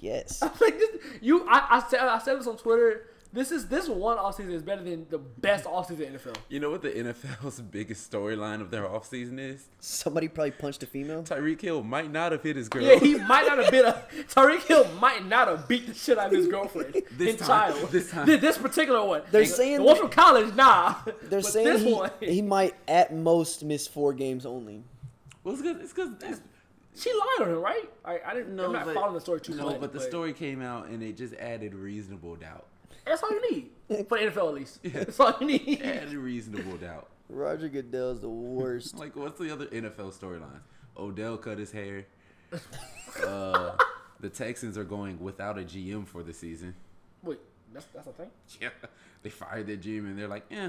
B: yes.
A: like this, you, I, I said, I said this on Twitter. This is this one offseason is better than the best offseason in NFL.
C: You know what the NFL's biggest storyline of their offseason is?
B: Somebody probably punched a female.
C: Tyreek Hill might not have hit his girl.
A: Yeah, he might not have been a Tyreek Hill might not have beat the shit out of his girlfriend
C: This
A: and
C: time.
A: child.
C: This time.
A: Th- this particular one.
B: They're
A: The-
B: saying
A: the one
B: that-
A: from college, nah.
B: They're
A: but
B: saying
A: this
B: he,
A: one,
B: he might at most miss four games only.
C: well, it's because it's because
A: she lied on him, right? I, I didn't know. I'm not following the story too
C: no,
A: much.
C: but the story came out and it just added reasonable doubt.
A: That's all you need for the NFL at least. That's all you need.
C: Added reasonable doubt.
B: Roger Goodell's the worst.
C: Like, what's the other NFL storyline? Odell cut his hair. uh, the Texans are going without a GM for the season.
A: Wait, that's that's a thing.
C: Yeah, they fired their GM and they're like, eh.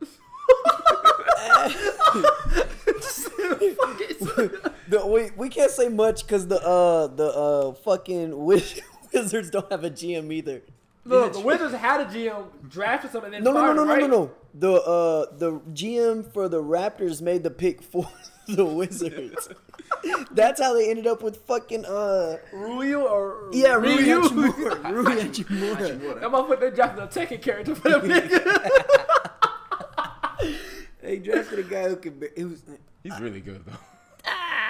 B: the, we we can't say much because the uh the uh fucking wiz- Wizards don't have a GM either.
A: Look, the Wizards had a GM, drafted something, and then
B: No, no, no,
A: fired
B: no,
A: him,
B: no, no,
A: right?
B: no. The uh the GM for the Raptors made the pick for the Wizards. That's how they ended up with fucking uh
A: Ryu or
B: yeah Rui
A: Ryu?
B: Hachimura. Rui Hachimura.
A: That motherfucker they drafted a Tekken character for them niggas.
B: They drafted a guy who could. Be, it was
C: He's really good though.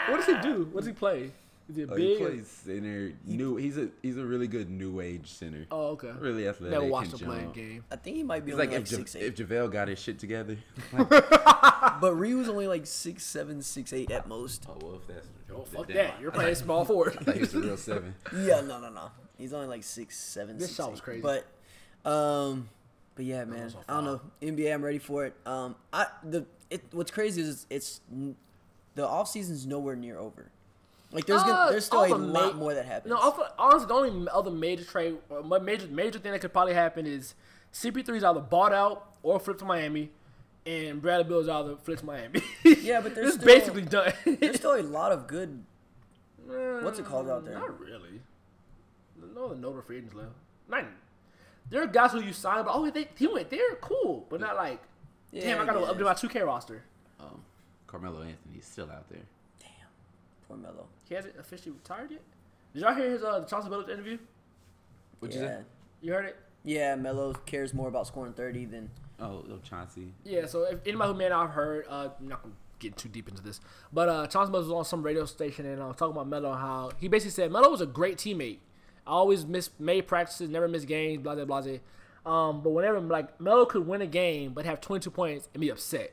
A: what does he do? What does he play? Is he a
C: Like, Oh, he
A: big? or-
C: plays center. New. He's a he's a really good new age center.
A: oh, okay.
C: Really athletic.
A: Never watched him
C: can
A: play a
C: jump.
A: game.
B: I think he might be
C: It's
B: only
C: like,
B: like,
C: if, ja-
B: six
C: if
B: eight,
C: JaVale got his shit together.
B: but Rui was only like six seven six eight at most.
C: oh well, if that's
A: Oh fuck that! You're playing small forward.
C: Like he's a real seven.
B: Yeah, no, no, no. He's only like six, seven.
A: This
B: six,
A: shot was
B: eight.
A: crazy.
B: But, um, but yeah, man.
A: was on
B: I don't know.
A: fire.
B: NBA, I'm ready for it. Um, I the it. What's crazy is it's n- the off season's nowhere near over. Like there's
A: Uh,
B: gonna, there's still
A: all
B: a
A: the ma-
B: lot more that happens.
A: No, also, honestly, the only other major trade, or ma- major major thing that could probably happen is CP3 is either bought out or flipped to Miami, and Bradley Bill is either flipped to Miami.
B: Yeah, but
A: this is
B: there's still-
A: basically done.
B: there's still a lot of good.
A: What's
B: it called out there?
A: Not really. No, the notary free agents left. Not. There are guys who you signed, but oh, they, he went there, cool, but not like, damn,
B: Yeah,
A: I gotta
B: yeah.
A: update my two K roster.
C: Um, Carmelo Anthony's still out there.
B: Poor Melo.
A: He hasn't officially retired yet. Did y'all hear his uh, Chauncey Billups interview?
C: What'd you
B: yeah.
C: say?
A: You heard it?
B: Yeah, Melo cares more about scoring thirty than
C: Oh, oh, Chauncey.
A: Yeah, so if anybody who may not have heard, uh, I'm not gonna get too deep into this, but uh, Chauncey Billups was on some radio station and uh, talking about Melo and how he basically said Melo was a great teammate, I always miss made practices, never miss games, blah blah blah. blah. Um, but whenever like Melo could win a game but have 22 points and be upset,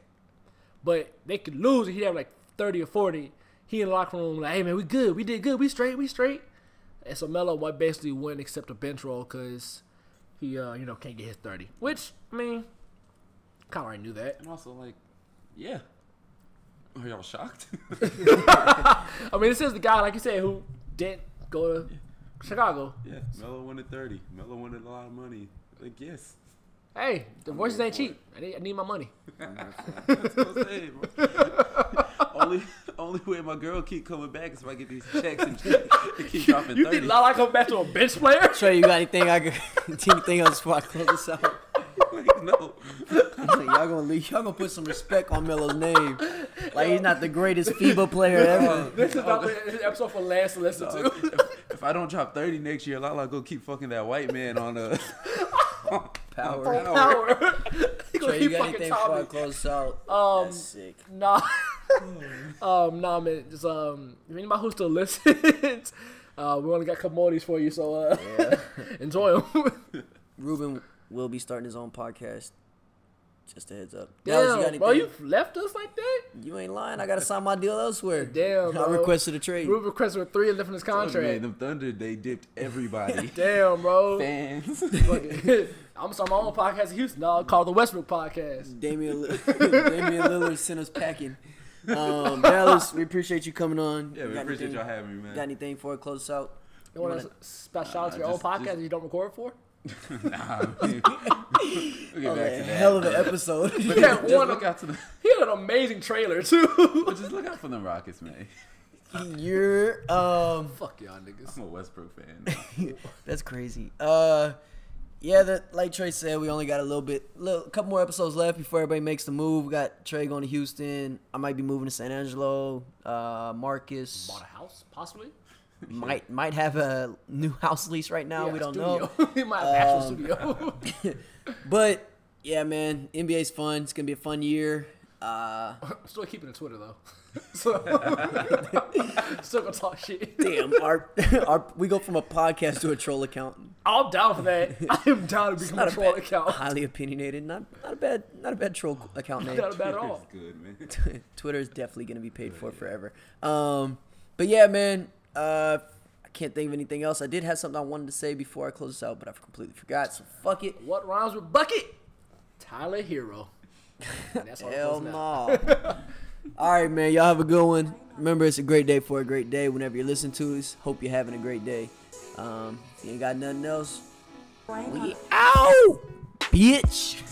A: but they could lose and he'd have like 30 or 40. He in the locker room like, hey man, we good, we did good, we straight, we straight. And so Melo what basically wouldn't accept a bench roll because he uh you know can't get his 30, which I mean, kind of already knew that.
C: And also, like, yeah. Are y'all shocked?
A: I mean, this is the guy like you said who didn't go to Chicago.
C: yeah. Melo wanted 30. Melo wanted a lot of money. Like, yes.
A: Hey, the voices ain't cheap. I need, I need my money.
C: That's what I'm saying, bro. only, only way my girl keep coming back is if I get these checks and, and keep dropping 30.
A: You think Lala come back to a bench player?
B: Trey, you got anything I could anything else before I close this out?
C: like, no.
B: Y'all gonna leave, y'all gonna put some respect on Melo's name. Like he's not the greatest FIBA player ever.
A: This is not the- Oh, this is episode for last to listen
C: So,
A: to.
C: if, if I don't drop 30 next year, Lala go keep fucking that white man on uh,
B: Power.
A: Power. he gonna
B: Trey, you
A: keep
B: got
A: fucking
B: anything before I
A: Tommy.
B: close this out?
A: Um,
B: That's sick.
A: Nah. um, nah, man. Just, um, if anybody who still listens, uh, we only got a couple more of these for you, so uh, enjoy them.
B: Ruben will be starting his own podcast. Just a heads up. Dallas, you got
A: Damn, bro, you
B: anything?
A: left us like that?
B: You ain't lying. I gotta sign my deal elsewhere.
A: Damn,
B: I
A: bro.
B: requested a trade.
A: Ruben requested with three and left in his
C: Man,
A: contract.
C: them Thunder, they dipped everybody.
A: Damn, bro.
C: Fans.
A: Fucking- I'm starting my own podcast in Houston. No, called the Westbrook Podcast.
B: Damian, Li- Damian Lillard sent us packing. Um, Dallas, we appreciate you coming on.
C: Yeah,
B: You
C: we
B: got
C: appreciate
B: anything-
C: y'all having me, man.
B: Got anything before I close this out?
A: You want
B: wanna- Uh,
A: to shout out to your
C: Nah,
A: own
C: just-
A: podcast
C: just-
A: that you don't record for?
C: Nah, we'll get back to that.
B: Oh, Hell of an episode.
A: He had
C: Just
A: one.
C: look out to the,
A: He had an amazing trailer too.
C: but just look out for them Rockets, man.
B: You're um,
A: Fuck y'all niggas.
C: I'm a Westbrook fan.
B: that's crazy. Uh, yeah, that like Trey said, we only got a little bit, little couple more episodes left before everybody makes the move. We got Trey going to Houston. I might be moving to San Angelo. Uh, Marcus
A: Bought a house, possibly.
B: might might have a new house lease right now.
A: Yeah,
B: we don't know. Um,
A: studio. he might have actual studio.
B: But yeah, man, NBA's fun. It's gonna be a fun year. Uh,
A: I'm still keeping it Twitter though. so still gonna talk shit.
B: damn, our, our we go from a podcast to a troll account.
A: I'm down for that. I am down to become a
B: Not a
A: troll
B: bad,
A: account.
B: highly opinionated. Not not a bad not a bad troll account name.
A: Not bad at all.
C: It's good, man.
B: Twitter is definitely gonna be
A: Oh,
B: paid for forever. Um, but yeah, man. Uh, I can't think of anything else. I did have something I wanted to say before I close this out, but I completely forgot. So fuck it.
A: What rhymes with bucket? Tyler Hero. And that's all it
B: Hell
A: was
B: no.
A: now.
B: All right, man. Y'all have a good one. Remember, it's a great day for a great day. Whenever you listen to us, hope you're having a great day. Um, if you ain't got nothing else. We out, bitch.